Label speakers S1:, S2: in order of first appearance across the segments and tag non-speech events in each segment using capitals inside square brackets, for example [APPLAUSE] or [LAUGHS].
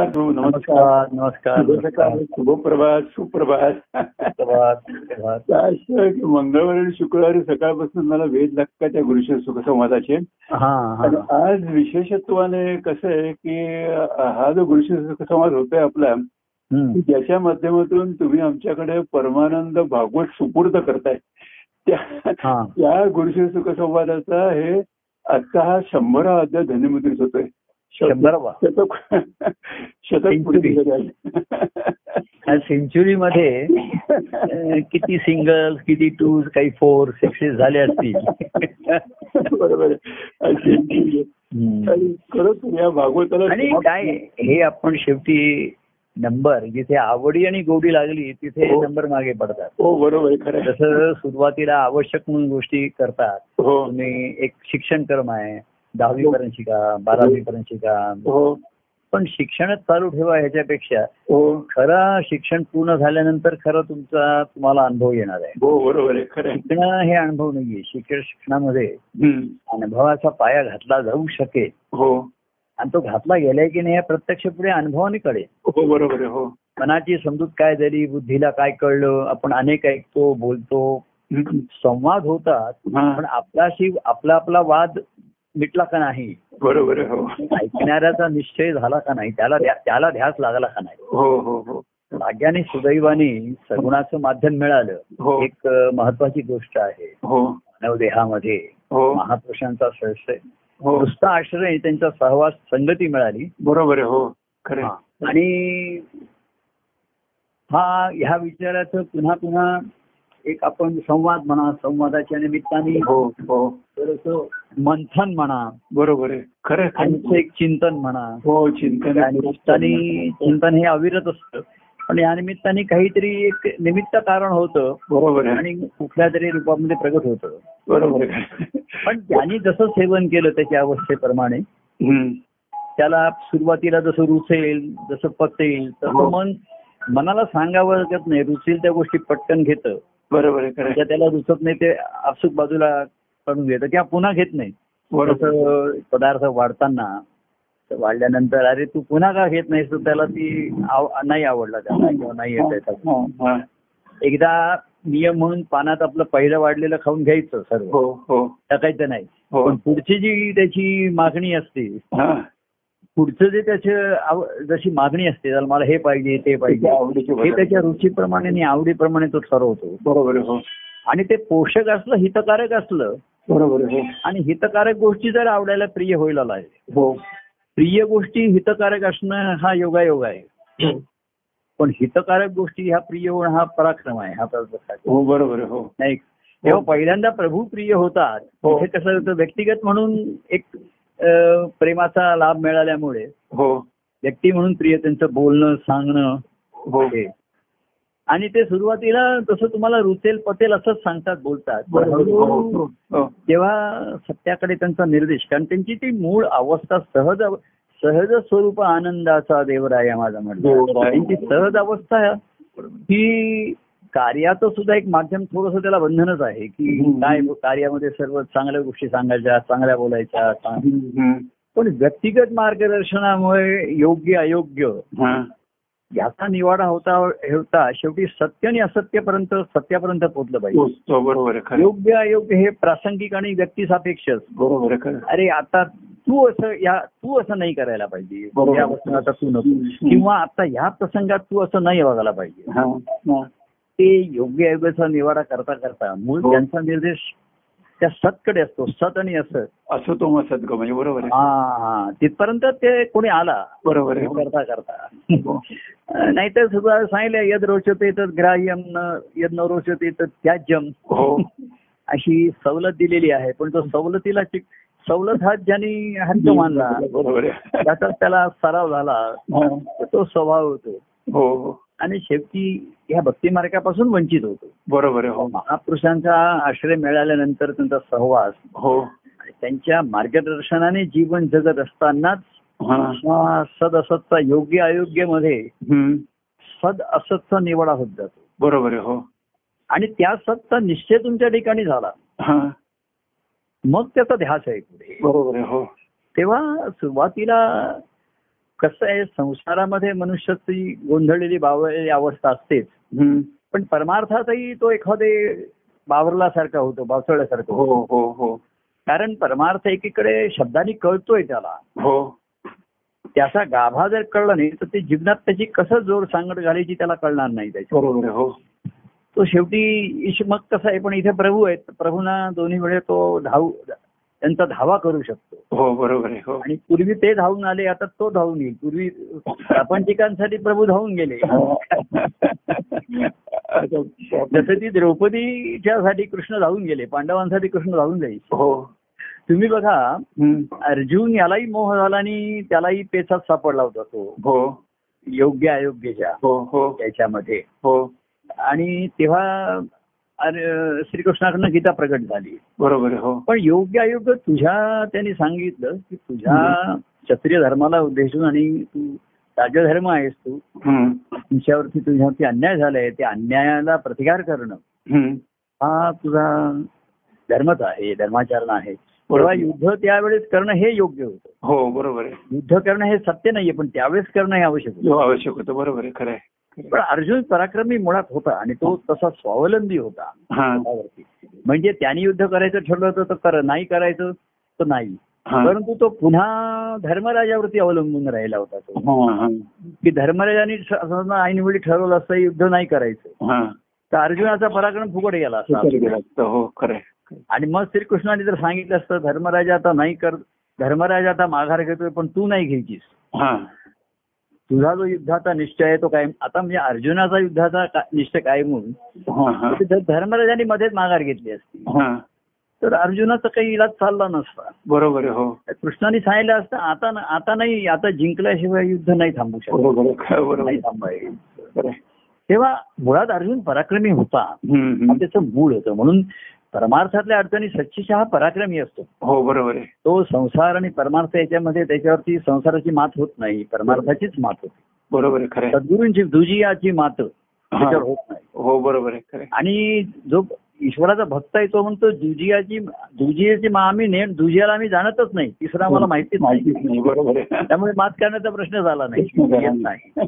S1: नमस्कार प्रभू
S2: नमस्कार नमस्कार
S1: नमस्कार शुभप्रभात सुप्रभात
S2: प्रभात, प्रभात.
S1: आज मंगळवारी आणि शुक्रवारी सकाळपासून मला वेद लागतात त्या गुरुशर सुखसंवादाचे
S2: हा हा
S1: आणि आज विशेषत्वाने कसं आहे की अं, हा जो गुरुशर सुखसंवाद होतोय आपला
S2: हम्म.
S1: की ज्याच्या माध्यमातून तुम्ही आमच्याकडे परमानंद भागवत सुपूर्द करताय त्या
S2: हा
S1: त्या गुरुशर सुखसंवादाचा हे आजचा हा शंभरा अध्याय धन्यमुद्रित होतोय
S2: शंभरावा
S1: शतक शतक पूर्ती
S2: सेंचुरी मध्ये अं, किती सिंगल किती टू काही फोर सिक्सेस झाले असतील
S1: [LAUGHS] बरोबर आहे.
S2: हम्म.
S1: आणि खरंच या भागवताला
S2: आणि काय हे आपण शेवटी नंबर जिथे आवडी आणि गोडी लागली तिथे
S1: हो.
S2: नंबर मागे पडतात
S1: हो बरोबर आहे खरं आहे.
S2: जसं सुरुवातीला आवश्यक म्हणून गोष्टी करतात
S1: हो
S2: तुम्ही एक शिक्षण क्रम आहे दहावी पर्यंत शिका बारावी पर्यंत शिका
S1: हो
S2: पण शिक्षणच चालू ठेवा ह्याच्यापेक्षा
S1: हो
S2: खरा शिक्षण पूर्ण झाल्यानंतर खरा तुमचा तुम्हाला अनुभव येणार आहे
S1: हो बरोबर आहे खरं आहे.
S2: शिकणं हे अनुभव नाहीये शिक्षण शिक्षणामध्ये
S1: हम्म.
S2: अनुभवाचा पाया घातला जाऊ शकेल
S1: हो
S2: आणि तो घातला गेलाय की नाही हे प्रत्यक्ष पुढे अनुभवाने कळेल
S1: हो बरोबर आहे हो
S2: मनाची समजूत काय झाली बुद्धीला काय कळलं आपण अनेक ऐकतो बोलतो
S1: हम्म.
S2: संवाद होतात
S1: हा
S2: पण आपलाशी आपला आपला वाद मिटला का नाही
S1: बरोबर आहे हो
S2: ऐकणाऱ्याचा निश्चय झाला का नाही त्याला ध्या- त्याला ध्यास लागला का नाही
S1: हो हो हो
S2: भाग्याने सुदैवाने सगुणाचं माध्यम मिळालं
S1: हो
S2: एक अ, महत्वाची गोष्ट आहे
S1: हो
S2: मानव देहामध्ये
S1: हो
S2: महापुरुषांचा सहसय
S1: हो
S2: नुसता आश्रय त्यांचा सहवास संगती मिळाली
S1: बरोबर आहे हो खरं आहे.
S2: आणि हा ह्या विचाराचं पुन्हा पुन्हा एक आपण संवाद म्हणा संवादाच्या निमित्ताने
S1: हो हो
S2: थोडंसं मंथन म्हणा
S1: बरोबर आहे खरं आहे, खरं
S2: त्यांचं
S1: आहे.
S2: एक चिंतन म्हणा
S1: हो चिंतन
S2: त्या निमित्ताने चिंतन हे अविरत असतं पण या निमित्ताने काहीतरी एक निमित्त कारण होतं
S1: बरोबर आहे
S2: आणि कुठल्या तरी रूपामध्ये प्रगट होतं
S1: बरोबर आहे
S2: पण त्यांनी जसं सेवन केलं त्याच्या अवस्थेप्रमाणे
S1: हम्म.
S2: त्याला सुरुवातीला जसं रुचेल जसं पटेल
S1: हो.
S2: तसं मन मनाला सांगावं लागत नाही रुचेल त्या गोष्टी पटकन घेतं
S1: बरोबर आहे खरं
S2: ज्या
S1: आहे.
S2: त्याला रुचत नाही ते आपसूक बाजूला काढून घेतं किंवा पुन्हा घेत नाही
S1: बरोबर आहे.
S2: जसं पदार्थ वाढताना तर वाढल्यानंतर अरे तू पुन्हा का घेत नाहीस तर त्याला ती आव- नाही आवडला त्याला किंवा नाही येत आहे त्याला.
S1: हा, हा.
S2: एकदा नियम म्हणून पानात आपलं पहिलं वाढलेलं खाऊन घ्यायचं सर्व
S1: हो हो
S2: टाकायचं नाही
S1: हो
S2: पण पुढची जी त्याची मागणी असते
S1: हा
S2: पुढचं जे त्याचं आव- जशी मागणी असते त्याला मला हे पाहिजे ते
S1: त्याच्या
S2: पाहिजे
S1: आवडीचे
S2: हे
S1: बदल.
S2: त्याच्या रुचीप्रमाणे आणि आवडीप्रमाणे तो ठरवतो
S1: बरोबर आहे, हो
S2: आणि ते पोषक असलं हितकारक असलं
S1: बरोबर आहे,
S2: आणि हितकारक गोष्टी जर आवडायला प्रिय व्हायला लागले
S1: हो
S2: प्रिय गोष्टी हितकारक असणं हा योगायोग आहे
S1: हो
S2: पण हितकारक गोष्टी ह्या प्रिय होणं हा पराक्रम आहे हा प्रकार
S1: हो बरोबर आहे, हो
S2: नाही तेव्हा पहिल्यांदा प्रभू प्रिय होतात
S1: हो.
S2: तिथे कसं होतं व्यक्तिगत म्हणून एक अ, प्रेमाचा लाभ मिळाल्यामुळे
S1: हो
S2: व्यक्ती म्हणून प्रिय त्यांचं बोलणं सांगणं
S1: हो
S2: हे. आणि ते सुरुवातीला तसं तुम्हाला रुचेल पटेल असंच सांगतात बोलतात पण
S1: बरोबर आहे, हो,
S2: हळूहळू
S1: हो, हो.
S2: तेव्हा सत्याकडे त्यांचा निर्देश कारण त्यांची ती मूळ अवस्था सहज अव- सहज स्वरूप आनंदाचा देवराया माझा म्हणतो
S1: देवराया.
S2: त्यांची सहज अवस्था ही कार्याचं सुद्धा एक माध्यम थोडस त्याला बंधनच आहे की
S1: हम्म.
S2: काय कार्यामध्ये सर्व चांगल्या गोष्टी सांगायच्या चांगल्या बोलायच्या चांग-
S1: हम्म, हम्म.
S2: पण व्यक्तिगत मार्गदर्शनामुळे योग्य अयोग्य
S1: हा.
S2: याचा निवाडा होता होता शेवटी सत्य आणि असत्यपर्यंत सत्यापर्यंत पोहोचलं पाहिजे
S1: हो, तो बरोबर आहे, खरं आहे.
S2: योग्य अयोग्य हे प्रासंगिक आणि व्यक्तिसापेक्ष असतं.
S1: बरोबर आहे, खरं आहे.
S2: अरे आता तू असं या तू असं नाही करायला पाहिजे
S1: बरोबर.
S2: या प्रसंगात आता तू नको
S1: हम्म.
S2: किंवा आता या प्रसंगात तू असं नाही वागायला पाहिजे
S1: हा, हा.
S2: ते योग्य अयोग्याचा निवाडा करता करता मूळ
S1: हो.
S2: त्यांचा निर्देश त्या सतकडे असतो सत आणि असत
S1: असं तो मग सद्ग म्हणजे बरोबर आहे
S2: हा हा तिथपर्यंत ते कोणी आला
S1: बरोबर आहे हो.
S2: करता करता नाहीतर सुद्धा सांगितलं यद रोचते तर ग्राह्यम न यद न रोचते तर त्याज्यम
S1: हो
S2: अशी सवलत दिलेली आहे पण तो सवलतीला चिक- सवलत हा ज्याने हक्क मानला
S1: बरोबर आहे
S2: त्याचा त्याला सराव झाला
S1: हा.
S2: तर तो स्वभाव होतो
S1: हो हो.
S2: आणि शेवटी ह्या भक्ती मार्गापासून वंचित होतो
S1: बरोबर आहे हो
S2: महापुरुषांचा आश्रय मिळाल्यानंतर त्यांचा सहवास
S1: हो
S2: आणि त्यांच्या मार्गदर्शनाने जीवन जगत असतानाच
S1: हा
S2: हा सद असतचा योग्य अयोग्यमध्ये
S1: हम्म.
S2: सद असतचा निवाडा होत जातो
S1: बरोबर आहे हो
S2: आणि त्या सत्ता निश्चय तुमच्या ठिकाणी झाला
S1: हा
S2: मग त्याचा ध्यास आहे पुढे
S1: बरोबर आहे हो
S2: तेव्हा सुरुवातीला कसं आहे संसारामध्ये मनुष्याची गोंधळलेली बावळलेली अवस्था असतेच
S1: हम्म.
S2: पण परमार्थातही तो एखादे बावरल्यासारखा होतो बावचळल्यासारखा होतो
S1: हो हो हो
S2: कारण परमार्थ एकीकडे शब्दांनी कळतोय त्याला
S1: हो
S2: त्याचा गाभा जर कळला नाही तर ते जीवनात त्याची कसं जोर सांगड घालायची त्याला कळणार नाही त्याच्या
S1: बरोबर आहे, हो
S2: तो शेवटी इश मग कसं आहे पण इथे प्रभू आहेत प्रभूंना दोन्ही वेळे तो धाव त्यांचा धावा करू शकतो
S1: हो बरोबर आहे हो
S2: आणि पूर्वी ते धावून आले आता तो धावून येईल पूर्वी प्रापंचिकांसाठी प्रभू धावून गेले
S1: असं
S2: जसं ती द्रौपदीच्यासाठी कृष्ण धावून गेले पांडवांसाठी कृष्ण धावून जाईल
S1: हो
S2: तुम्ही बघा
S1: हम्म.
S2: अर्जुन यालाही मोह झाला आणि त्यालाही पेचात सापडला होता तो
S1: हो
S2: योग्य अयोग्यच्या
S1: हो हो
S2: त्याच्यामध्ये
S1: हो
S2: आणि तेव्हा अर- श्रीकृष्णाकडनं गीता प्रकट झाली
S1: बरोबर आहे, हो
S2: पण योग्य अयोग्य तुझ्या त्यांनी सांगितलं की तुझ्या क्षत्रिय धर्माला उद्देशून आणि तू राजधर्म आहेस तू
S1: हम्म.
S2: तुमच्यावरती तुझ्यावरती अन्याय झालाय त्या अन्यायाला प्रतिकार करणं
S1: हम्म.
S2: हा तुझा धर्मच आहे धर्माचरण आहे तेव्हा युद्ध त्यावेळेस करणं हे योग्य होतं
S1: हो बरोबर आहे
S2: युद्ध करणं हे सत्य नाहीये पण त्यावेळेस करणं हे आवश्यक होतं
S1: जो आवश्यक होतं बरोबर आहे खरं आहे
S2: पण अर्जुन पराक्रमी मुळात होता आणि तो तसा स्वावलंबी होता
S1: हा
S2: स्वतःवरती. म्हणजे त्याने युद्ध करायचं ठरलं होतं तर कर नाही करायचं तर नाही
S1: हा
S2: परंतु तो पुन्हा धर्मराजावरती अवलंबून राहिला होता तो
S1: हा, हा,
S2: की धर्मराजाने ऐनवेळी ठरवलं असतं युद्ध नाही करायचं
S1: हा.
S2: तर अर्जुनाचा पराक्रम फुकट गेला असता
S1: विचार केला असता, हो खरं आहे.
S2: आणि मग श्रीकृष्णाने जर सांगितलं असतं धर्मराजा आता नाही कर धर्मराजा आता माघार घेतोय पण तू नाही घ्यायचीस
S1: हा
S2: तुझा जो युद्धाचा निश्चय आहे तो कायम आता म्हणजे अर्जुनाचा युद्धाचा का- निश्चय कायम म्हणून
S1: हा हा
S2: जर धर्मराजाने मध्येच माघार घेतली असती
S1: हा
S2: तर अर्जुनाचा काही इलाज चालला नसता
S1: बरोबर आहे हो
S2: कृष्णाने सांगितलं असतं आता न- आता नाही आता जिंकल्याशिवाय युद्ध नाही थांबू शकत
S1: बरोबर आहे, खरं बरोबर
S2: नाही
S1: आहे,
S2: थांबाय
S1: खरं आहे.
S2: तेव्हा मुळात अर्जुन पराक्रमी होता हा
S1: हम्म, हम्म.
S2: त्याचं मूळ होतं म्हणून परमार्थातल्या अडचणी सच्चिशा हा पराक्रमी असतो
S1: हो बरोबर आहे
S2: तो संसार आणि परमार्थ याच्यामध्ये त्याच्यावरती संसाराची मात होत नाही परमार्थाचीच मात होते
S1: बरोबर आहे खरं आहे.
S2: सद्गुरूंची दुजियाची मात त्याच्यावर होत नाही
S1: हो बरोबर आहे खरं आहे.
S2: आणि जो ईश्वराचा भक्त आहे तो म्हणतो दुजियाची दुजियाची मा आम्ही नेम दुजियाला आम्ही जाणतच नाही तिसरा
S1: हो.
S2: आम्हाला माहितीच
S1: माहितीच
S2: नाही
S1: नाही बरोबर आहे
S2: त्यामुळे मात करण्याचा प्रश्न झाला नाही
S1: प्रश्न झाला
S2: येत नाही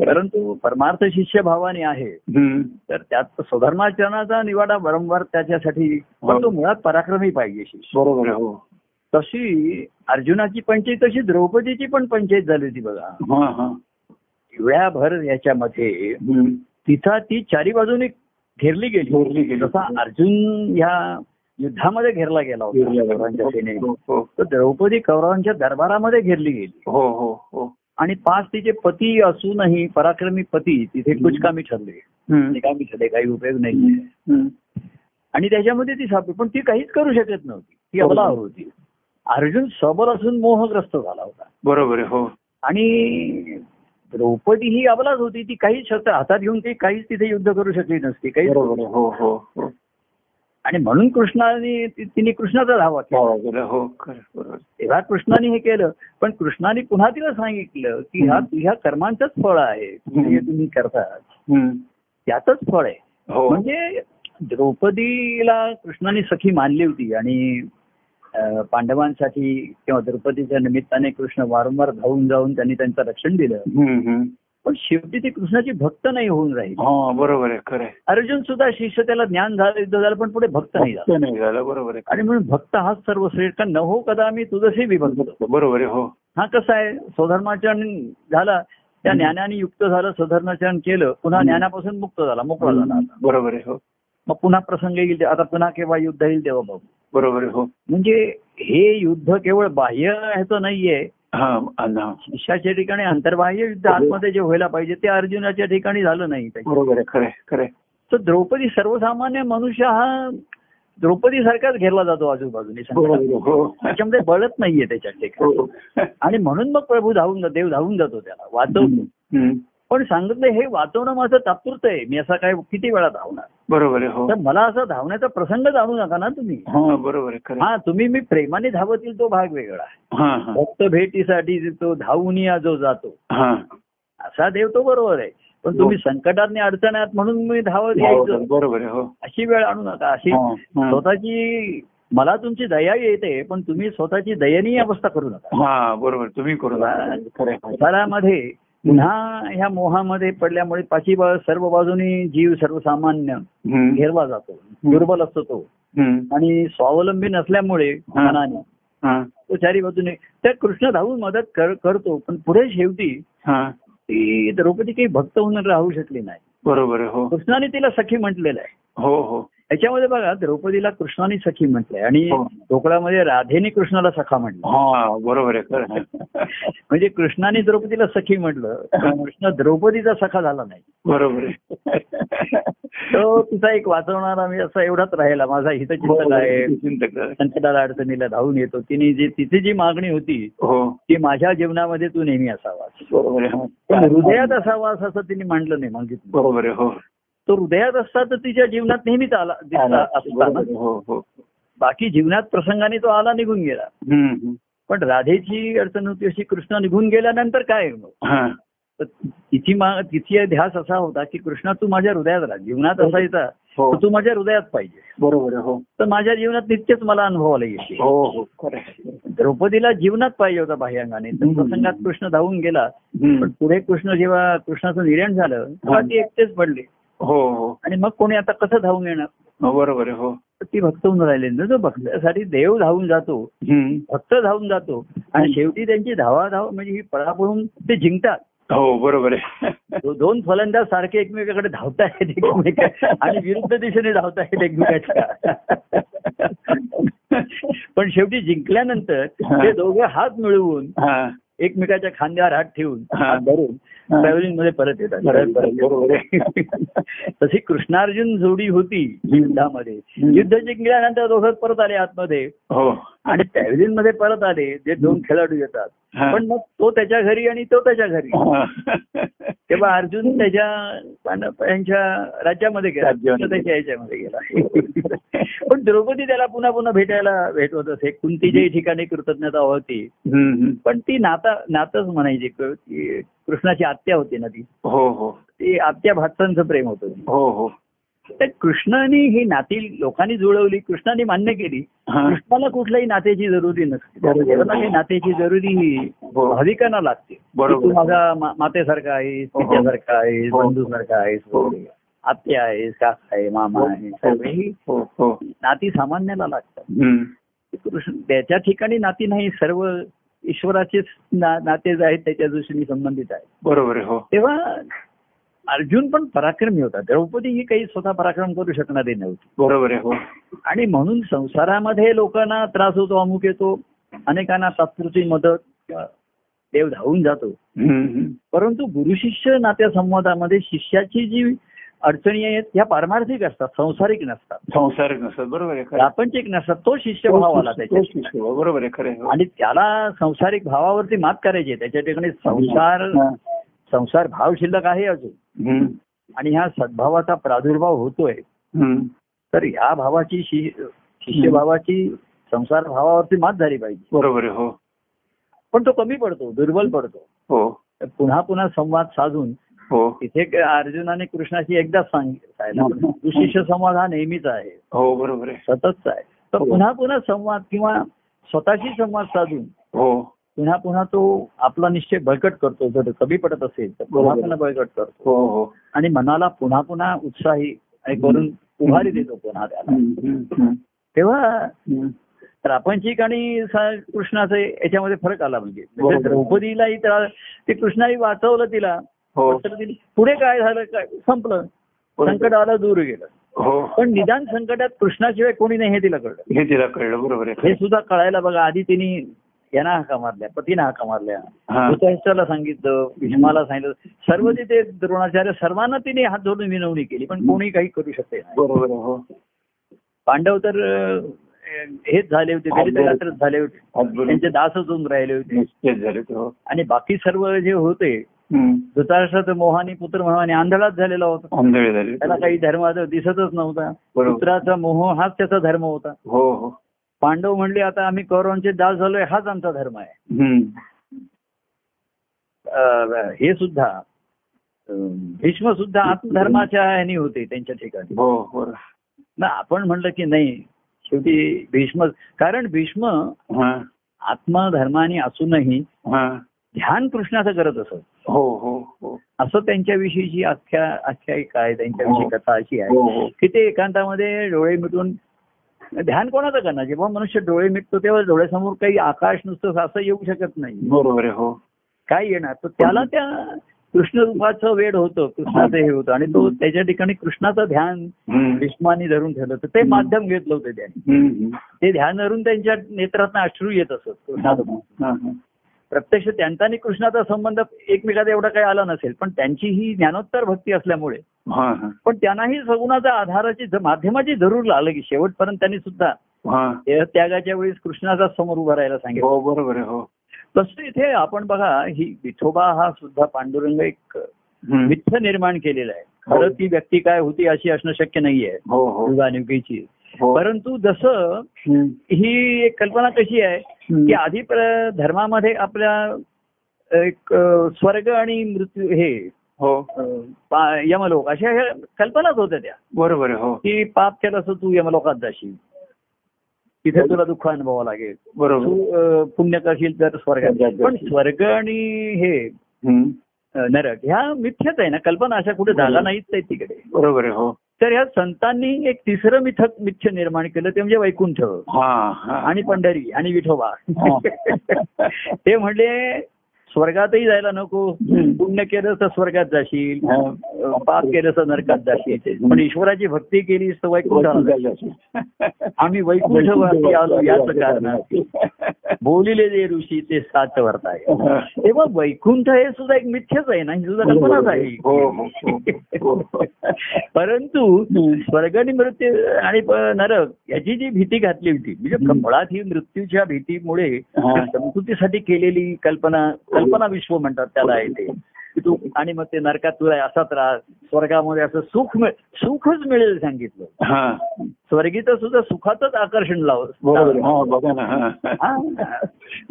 S2: परंतु परमार्थ शिष्यभावाने आहे
S1: हम्म.
S2: तर त्यात स्वधर्माचरणाचा निवाडा वारंवार त्याच्यासाठी पण तो मुळात पराक्रमी पाहिजे शिष्य
S1: बरोबर आहे हो
S2: तशी अर्जुनाची पंचायत तशी द्रौपदीची पण पंचायत झाली होती बघा
S1: हो. हा हा
S2: एवढ्याभर याच्यामध्ये
S1: हम्म.
S2: तिथं ती चारी बाजूने घेरली गेली
S1: घेरली गेली.
S2: जसा अर्जुन ह्या युद्धामध्ये घेरला गेला होता कौरवांच्या सेनेने
S1: हो हो
S2: तर द्रौपदी कौरवांच्या दरबारामध्ये घेरली गेली
S1: हो हो हो
S2: आणि पाच तिचे पती असूनही पराक्रमी पती तिथे
S1: हम्म.
S2: कुचकामी ठरले
S1: हम्म.
S2: निकामी ठरले काही उपयोग नाही
S1: हम्म.
S2: आणि त्याच्यामध्ये ती सापडली पण ती काहीच करू शकत नव्हती ती
S1: बरोबर.
S2: अबलावर होती हो. अर्जुन सबल असून मोहग्रस्त झाला होता
S1: बरोबर आहे हो
S2: आणि द्रौपदी ही अबलाच होती ती काहीच शस्त्र हातात घेऊन ती काहीच तिथे युद्ध करू शकली नसती काही
S1: बरोबर आहे हो हो हो
S2: आणि म्हणून कृष्णाने ति- तिने कृष्णाचा धावा केला
S1: हो, गेलं, हो खरं बरोबर
S2: तेव्हा कृष्णाने हे केलं पण कृष्णाने पुन्हा तिला सांगितलं की हा
S1: हम्म.
S2: तुझ्या कर्मांचंच फळ आहे तुम्ही जे तुम्ही करता
S1: हम्म.
S2: त्यातच फळ आहे
S1: हो
S2: म्हणजे द्रौपदीला कृष्णाने सखी मानली होती आणि अं, पांडवांसाठी किंवा द्रौपदीच्या निमित्ताने कृष्ण वारंवार धावून जाऊन त्यांनी त्यांचं रक्षण दिलं
S1: हम्म, हम्म.
S2: पण शेवटी ती कृष्णाची भक्त नाही होऊन राहील
S1: हा बरोबर आहे खरं आहे.
S2: अर्जुन सुद्धा शिष्य त्याला ज्ञान झालं युद्ध झालं पण पुढे भक्त नाही झाला
S1: फक्त नाही झालं बरोबर आहे
S2: आणि म्हणून भक्त हाच सर्वश्रेष्ठ का न हो कदा मी तुझशी विभक्त
S1: बरोबर आहे हो
S2: हा कसं आहे स्वधर्माचरण झाला त्या ज्ञानाने युक्त झालं स्वधर्माचरण केलं पुन्हा
S1: हम्म.
S2: ज्ञानापासून मुक्त झाला मोकळा झाला आता.
S1: बरोबर आहे हो
S2: मग पुन्हा प्रसंग येईल ते- आता पुन्हा केव्हा युद्ध येईल तेव्हा बघू
S1: बरोबर आहे हो
S2: म्हणजे हे युद्ध केवळ बाह्य ह्याचं नाहीये
S1: हा अन्ना
S2: शिष्याच्या ठिकाणी अंतर्बाह्य युद्ध आतमध्ये जे व्हायला पाहिजे ते अर्जुनाच्या ठिकाणी झालं नाही
S1: बरोबर आहे खरं आहे, खरं आहे.
S2: तर द्रौपदी सर्वसामान्य मनुष्य हा द्रौपदी सारखाच घेरला जातो आजूबाजूने
S1: बरोबर
S2: संकटात.
S1: आहे, हो
S2: त्याच्यामध्ये बळत नाहीये त्याच्या ठिकाणी
S1: हो
S2: आणि म्हणून मग प्रभू धावून जातो देव धावून जातो त्याला वाचवतो
S1: हम्म, हम्म.
S2: पण सांगितलं हे वाचवणं माझं तात्पुरतं आहे मी असा काय किती वेळा धावणार
S1: बरोबर आहे हो
S2: तर मला असा धावण्याचा प्रसंग जाणू नका ना तुम्ही
S1: हा बरोबर आहे खरं आहे.
S2: हा तुम्ही मी प्रेमाने धावतील तो भाग वेगळा आहे.
S1: हा हा
S2: भक्त भेटीसाठी तो धावून या जो जातो
S1: हा
S2: असा देव तो बरोबर आहे
S1: हो.
S2: पण तुम्ही संकटात अडचण्यात म्हणून मी धावत यायचो
S1: बरोबर आहे हो
S2: अशी वेळ आणू नका अशी
S1: हा, हा.
S2: स्वतःची मला तुमची दया येते पण तुम्ही स्वतःची दयनीय अवस्था करू नका
S1: हा बरोबर तुम्ही करू नका. खरंय, खरंय.
S2: संसारामध्ये पुन्हा ह्या मोहामध्ये पडल्यामुळे पाची बा- सर्व बाजूनी जीव सर्वसामान्य
S1: हम्म.
S2: घेरला जातो दुर्बल असतो तो
S1: हम्म.
S2: आणि स्वावलंबी नसल्यामुळे मनाने
S1: हा,
S2: तो चारी बाजूने त्या कृष्ण धावून मदत कर- करतो पण पुढे शेवटी
S1: हा.
S2: ती द्रौपदी काही भक्त होऊन राहू शकली नाही
S1: बरोबर आहे, हो
S2: कृष्णाने तिला सखी म्हटलेलं आहे
S1: हो हो
S2: याच्यामध्ये बघा द्रौपदीला कृष्णाने सखी म्हटलंय आणि
S1: हो.
S2: ढोकळामध्ये राधेने कृष्णाला सखा म्हटलं
S1: हा बरोबर आहे खरं आहे.
S2: म्हणजे कृष्णाने द्रौपदीला सखी म्हटलं पण कृष्ण द्रौपदीचा सखा झाला नाही
S1: बरोबर आहे
S2: तो तिचा एक वाचवणारा मी असा एवढाच राहिला माझा हितचिंतक
S1: हो.
S2: आहे
S1: चिंतक आहे.
S2: संकटाला अडचणीला धावून येतो तिने जी तिची जी मागणी होती
S1: हो
S2: ती माझ्या जीवनामध्ये तू नेहमी असावास
S1: बरोबर आहे,
S2: पण
S1: हा.
S2: हृदयात असावास असं तिने मांडलं नाही मागितलं
S1: बरोबर आहे, हो
S2: तो हृदयात असता तर तिच्या जीवनात नेहमीच आला दिसला असता
S1: बरोबर
S2: ना.
S1: आहे, हो हो
S2: बाकी जीवनात प्रसंगाने तो आला निघून गेला
S1: हम्म, हम्म.
S2: पण राधेची अडचण होती अशी कृष्ण निघून गेल्यानंतर काय मग?
S1: हा.
S2: तर तिची मा तिची ध्यास असा होता की कृष्णा तू माझ्या हृदयात राहा जीवनात असायचा
S1: हो
S2: तर तू माझ्या हृदयात पाहिजे
S1: बरोबर आहे, हो
S2: तर माझ्या जीवनात नित्यच मला अनुभवाला येते
S1: हो हो खरं आहे.
S2: द्रौपदीला जीवनात पाहिजे होता बाह्यांगाने तर
S1: हम्म.
S2: प्रसंगात कृष्ण धावून गेला
S1: हम्म.
S2: पण पुढे कृष्ण जेव्हा कृष्णाचं निधन झालं तेव्हा ती एकटेच पडली
S1: हो हो
S2: आणि मग कोणी आता कसं धावून येणार
S1: हो, बरोबर आहे, हो
S2: तर ती भक्त होऊन राहिली ना जो भक्तासाठी देव धावून जातो
S1: हम्म.
S2: भक्त धावून जातो आणि शेवटी त्यांची धावाधाव म्हणजे ही पळापळून ते जिंकतात
S1: हो बरोबर आहे
S2: दो- दोन फलंदाज सारखे एकमेकाकडे धावतायत
S1: [LAUGHS]
S2: एकमेका आणि विरुद्ध दिशेने धावतायत एकमेकाच्या पण शेवटी जिंकल्यानंतर ते दोघे हात मिळवून
S1: हा,
S2: एकमेकाच्या खांद्यावर हात ठेवून
S1: हा.
S2: हात धरून
S1: हा.
S2: ट्रॅव्हलिंग मध्ये परत येतात
S1: बरोबर
S2: परत
S1: आहे, बरोबर आहे.
S2: येतात. [LAUGHS] तशी कृष्णार्जुन जोडी होती युद्धामध्ये
S1: हम्म.
S2: युद्ध जिंकल्यानंतर दोघं परत आले आतमध्ये
S1: हो
S2: आणि ट्रॅव्हलिंग मध्ये परत आले जे दोन खेळाडू येतात
S1: हा.
S2: पण मग तो त्याच्या घरी आणि तो त्याच्या घरी
S1: हा.
S2: तेव्हा अर्जुन त्याच्या पांडव- यांच्या राज्यामध्ये गेला
S1: राज्यामध्ये.
S2: तो त्याच्या याच्यामध्ये गेला पण द्रौपदी त्याला पुन्हा पुन्हा भेटायला भेटवत असे कुंती जे ठिकाणी कृतज्ञता होती
S1: हम्म, हम्म.
S2: पण ती नाता नातच म्हणायची क- ती कृष्णाची आत्या होती ना ती
S1: हो हो
S2: ती आत्या भातांचं प्रेम होतं ते.
S1: हो हो
S2: तर कृष्णाने ही नाती लोकांनी जुळवली कृष्णाने मान्य केली
S1: हा.
S2: कृष्णाला कुठल्याही नात्याची जरुरी नसते
S1: बरोबर.
S2: देवाला काही नात्याची जरुरी ही
S1: हो.
S2: भाविकांना लागते
S1: बरोबर.
S2: की तू माझा मा- मातेसारखा आहेस
S1: हो.
S2: तिच्यासारखा आहेस
S1: हो.
S2: बंधूसारखा आहेस
S1: हो.
S2: वगैरे. आत्या आहेस काका आहे मामा आहे सर्व ही
S1: हो हो
S2: नाती सामान्याला लागतात
S1: हम्म.
S2: कृष्ण त्याच्या ठिकाणी नाती नाही सर्व ईश्वराचेच ना- नाते जे आहेत त्याच्या दृष्टीने संबंधित आहेत
S1: बरोबर आहे, हो
S2: तेव्हा अर्जुन पण पराक्रमी होता द्रौपदी ही काही स्वतः पराक्रम करू शकणारी नव्हती
S1: बरोबर आहे हो
S2: आणि म्हणून संसारामध्ये लोकांना त्रास होतो अमुक येतो अनेकांना तात्पुरती मदत किंवा देव धावून जातो
S1: हम्म, हम्म.
S2: परंतु गुरुशिष्य नात्यासंवादामध्ये शिष्याची जी अडचणी आहेत ह्या पारमार्थिक असतात संसारिक नसतात
S1: संसारिक नसतात बरोबर आहे खरं
S2: प्रापंचिक नसतात तो शिष्य भाव आला
S1: आहे.
S2: त्याच्या
S1: तो शिष्य, हो, बरोबर आहे खरं आहे, हो.
S2: आणि त्याला संसारिक भावावरती मात करायची आहे. त्याच्या ठिकाणी संसार
S1: हा.
S2: संसार भाव शिल्लक आहे अजून
S1: हम्म,
S2: आणि ह्या सद्भावाचा प्रादुर्भाव होतोय
S1: हम्म.
S2: तर ह्या भावाची शि- शिष्यभावाची संसार भावावरती मात झाली पाहिजे
S1: बरोबर आहे हो
S2: पण तो कमी पडतो दुर्बल पडतो
S1: हो
S2: तर पुन्हा पुन्हा संवाद साधून
S1: हो
S2: तिथे क- अर्जुनाने कृष्णाशी एकदाच सांगितलं शिष्य संवाद हा नेहमीच आहे
S1: हो बरोबर आहे
S2: सततचा आहे तर
S1: हो.
S2: पुन्हा पुन्हा संवाद किंवा स्वतःशी संवाद साधून
S1: हो
S2: पुन्हा पुन्हा तो आपला निश्चय बळकट करतो जर कमी पडत असेल तर पुन्हा
S1: बरोबर.
S2: पुन्हा बळकट करतो
S1: हो हो
S2: आणि मनाला पुन्हा पुन्हा उत्साही आणि करून उभारी देतो पुन्हा त्याला
S1: हम्म, हम्म, हम्म,
S2: तेव्हा
S1: हम्म.
S2: प्रापंचिक आणि सा- कृष्णाचं याच्यामध्ये फरक आला म्हणजे
S1: बरोबर.
S2: म्हणजे द्रौपदीलाही त्रास ते कृष्णाही वाचवलं तिला
S1: हो
S2: तर तिने- पुढे काय झालं काय संपलं
S1: बरोबर.
S2: संकट आलं दूर गेलं
S1: हो
S2: पण निदान संकटात कृष्णाशिवाय कोणी नाही हे तिला कळलं
S1: हे तिला कळलं बरोबर आहे
S2: हे
S1: खरं
S2: सुद्धा कळायला बघा आधी तिने यांना हाका मारल्या पतीनं हाका मारल्या
S1: हा.
S2: धृतराष्ट्राला सांगितितलं भीष्माला सांगितलं सर्व तिथे द्रोणाचार्य सर्वांना तिने हात धरून विनवणी केली पण कोणी काही करू शकते नाही.
S1: बरोबर आहे हो
S2: पांडव तर अं, हेच झाले होते गलितगात्रच झाले होते
S1: अद्भुत.
S2: त्यांचे दासच होऊन राहिले होते
S1: निश्चित झाले ते, हो
S2: आणि बाकी सर्व जे होते
S1: हम्म.
S2: धृतराष्ट्राचं मोहाने पुत्र मोहाने आंधळाच झालेला होता
S1: आंधळे झाले
S2: त्याला काही धर्म आता दिसतच नव्हता
S1: बरोबर.
S2: पुत्राचा मोह हाच त्याचा धर्म होता
S1: हो हो
S2: पांडव म्हणले आता आम्ही कौरवांचे दास झालोय हाच आमचा धर्म आहे
S1: हम्म.
S2: अं, हे सुद्धा अं, भीष्म सुद्धा आत्मधर्माच्या ह्यानी होते त्यांच्या ठिकाणी
S1: हो बरोबर
S2: ना आपण म्हणलं की नाही शेवटी भीष्म कारण भीष्म
S1: हा
S2: आत्मधर्माने असूनही
S1: हा
S2: ध्यान कृष्णाचं करत असत
S1: हो हो हो
S2: असं त्यांच्याविषयीची आख्या आख्यायिका आहे त्यांच्याविषयी
S1: हो.
S2: कथा अशी आहे
S1: हो हो
S2: की ते एकांतामध्ये डोळे मिटून ध्यान कोणाचं करणार जेव्हा मनुष्य डोळे मिटतो तेव्हा डोळ्यासमोर काही आकाश नुसतं असं येऊ शकत नाही
S1: बरोबर आहे हो
S2: काय येणार तर त्याला त्या कृष्ण रूपाचं वेळ होतं कृष्णाचं हे होतं आणि तो त्याच्या ठिकाणी कृष्णाचं ध्यान
S1: हम्म.
S2: भीष्मानी धरून ठेवलं होतं ते माध्यम घेतलं होतं त्याने
S1: हम्म, हम्म.
S2: ते ध्यान धरून त्यांच्या नेत्रात अश्रू येत असत कृष्णाचं
S1: हा, हा.
S2: प्रत्यक्ष त्यांचा आणि कृष्णाचा संबंध एकमेकाचा एवढा काही आला नसेल पण त्यांची ही ज्ञानोत्तर भक्ती असल्यामुळे
S1: हा, हा.
S2: पण त्यांनाही सगुणाच्या आधाराची ज- माध्यमाची जरूर लागलं की शेवटपर्यंत त्यांनी सुद्धा
S1: हा.
S2: त्यागाच्या वेळेस कृष्णाचा समोर उभा राहायला सांगितलं
S1: हो बरोबर आहे हो
S2: तसं इथे आपण बघा ही विठोबा हा सुद्धा पांडुरंग एक
S1: हम्म.
S2: मिथ्य निर्माण केलेला आहे खरं ती व्यक्ती काय होती अशी असणं शक्य नाहीये
S1: हो हो
S2: युगानियुगीची
S1: हो
S2: परंतु जसं
S1: हम्म.
S2: ही एक कल्पना कशी आहे
S1: हम्म.
S2: की आधी प्र- धर्मामध्ये आपल्या एक अ, स्वर्ग आणि मृत्यू हे
S1: हो
S2: अ, पा- यमलोक अशा ह्या कल्पनाच होत्या त्या
S1: बरोबर आहे हो
S2: की पाप केलं असं तू यमलोकात जाशील
S1: हो.
S2: तिथे तुला दुःख अनुभवावं लागेल
S1: बरोबर
S2: तू अ, पुण्य करशील तर स्वर्गात जाशील. पण स्वर्ग आणि हे
S1: हम्म.
S2: अ, नरक ह्या मिथ्याच आहे ना कल्पना अशा
S1: हो.
S2: कुठे जागा नाहीच आहे तिकडे
S1: बरोबर आहे हो
S2: तर ह्या संतांनी एक तिसरं मिथ मिथ्य निर्माण केलं ते म्हणजे वैकुंठ
S1: हा हा
S2: आणि पंढरी आणि विठोबा
S1: हा.
S2: [LAUGHS] ते म्हणले स्वर्गातही जायला नको
S1: हम्म.
S2: पुण्य केलं तर स्वर्गात जाशील
S1: हा.
S2: अं, पाप केलं तर नरकात जाशील पण ईश्वराची भक्ती केली तर वैकुंठाला जाशील. आम्ही वैकुंठवरती आलो याचं कारण आहे. [LAUGHS] बोलिले जे ऋषी ते सात वर्त
S1: हो.
S2: आहे तेव्हा वैकुंठ हे सुद्धा एक मिथ्यच आहे ना ही सुद्धा कल्पनाच
S1: हो
S2: आहे
S1: हो हो, हो.
S2: [LAUGHS] परंतु
S1: हम्म.
S2: स्वर्ग आणि मृत्यू आणि प- नरक याची जी भीती घातली होती म्हणजे
S1: हम्म.
S2: मुळात ही मृत्यूच्या भीतीमुळे
S1: हा.
S2: त्या संस्कृतीसाठी केलेली कल्पना कल्पना विश्व म्हणतात त्याला आहे ते की तू आणि मग ते नरकात तुला असा त्रास स्वर्गामध्ये असं सुख मिळ सुखच मिळेल सांगितलं
S1: हा
S2: स्वर्गीत सुद्धा सुखातच आकर्षण
S1: बरोबर
S2: लावत
S1: हा बघा ना हा.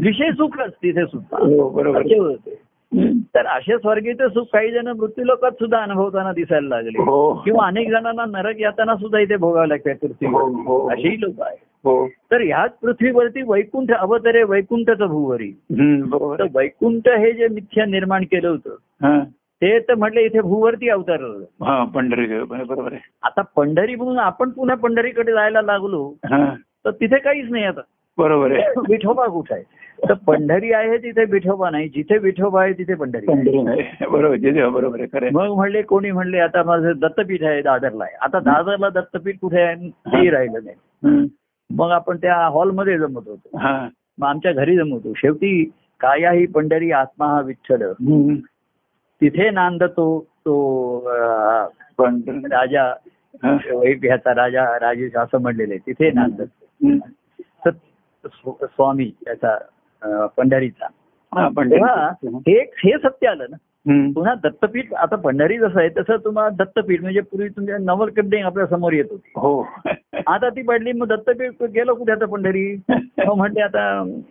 S2: विषय सुखच तिथे सुद्धा
S1: हो बरोबर
S2: असे होते.
S1: हम्म.
S2: तर असे स्वर्गीत सुख काही जण मृत्यूलोकात सुद्धा अनुभवताना दिसायला लागले
S1: हो
S2: किंवा अनेक जणांना नरक यातना सुद्धा इथे भोगावं लागतात
S1: हो, हो.
S2: पृथ्वीवर असेही लोक आहेत
S1: हो
S2: तर ह्याच पृथ्वीवरती वैकुंठ अवतरे वैकुंठचं भूवरी
S1: हम्म, बरोबर
S2: तर वैकुंठ हे जे मिथ्या निर्माण केलं होतं
S1: हा
S2: ते तर म्हटलं इथे भूवरती अवतरलं
S1: हा पंढरी बरोबर आहे
S2: आता पंढरी म्हणून आपण पुन्हा पंढरीकडे जायला लागलो
S1: हा
S2: तर तिथे
S1: [LAUGHS]
S2: काहीच नाही आता
S1: बरोबर आहे
S2: विठोबा कुठे आहे तर पंढरी आहे तिथे विठोबा नाही जिथे विठोबा आहे तिथे पंढरी आहे.
S1: पंढरी नाही बरोबर जिथे बरोबर आहे खरं आहे.
S2: [LAUGHS] मग म्हणले कोणी म्हणले आता माझं दत्तपीठ आहे दादरला आहे आता दादरला दत्तपीठ कुठे आहे ते राहिलं नाही
S1: हम्म.
S2: मग आपण त्या हॉलमध्ये जमत होतो
S1: हा
S2: मग आमच्या घरी जमवतो शेवटी काया ही पंढरी आत्मा हा विठ्ठल
S1: हम्म.
S2: तिथे नांदतो तो अं,
S1: पंढरी
S2: राजा
S1: हा.
S2: एक ह्याचा राजा राजेश असं म्हणलेलं आहे तिथे नांदत
S1: हम्म.
S2: तर स्व- स्वामी याचा अं, पंढरीचा
S1: हा पंढरी
S2: तेव्हा हे हे सत्य आलं ना
S1: हम्म.
S2: पुन्हा दत्तपीठ आता पंढरी जसं आहे तसं तुम्हाला दत्तपीठ म्हणजे पूर्वी तुमच्या नवलकबडे आपल्या समोर येत होती
S1: हो
S2: आता ती पडली मग दत्तपीठ गेलो कुठे आता पंढरी मग म्हणले आता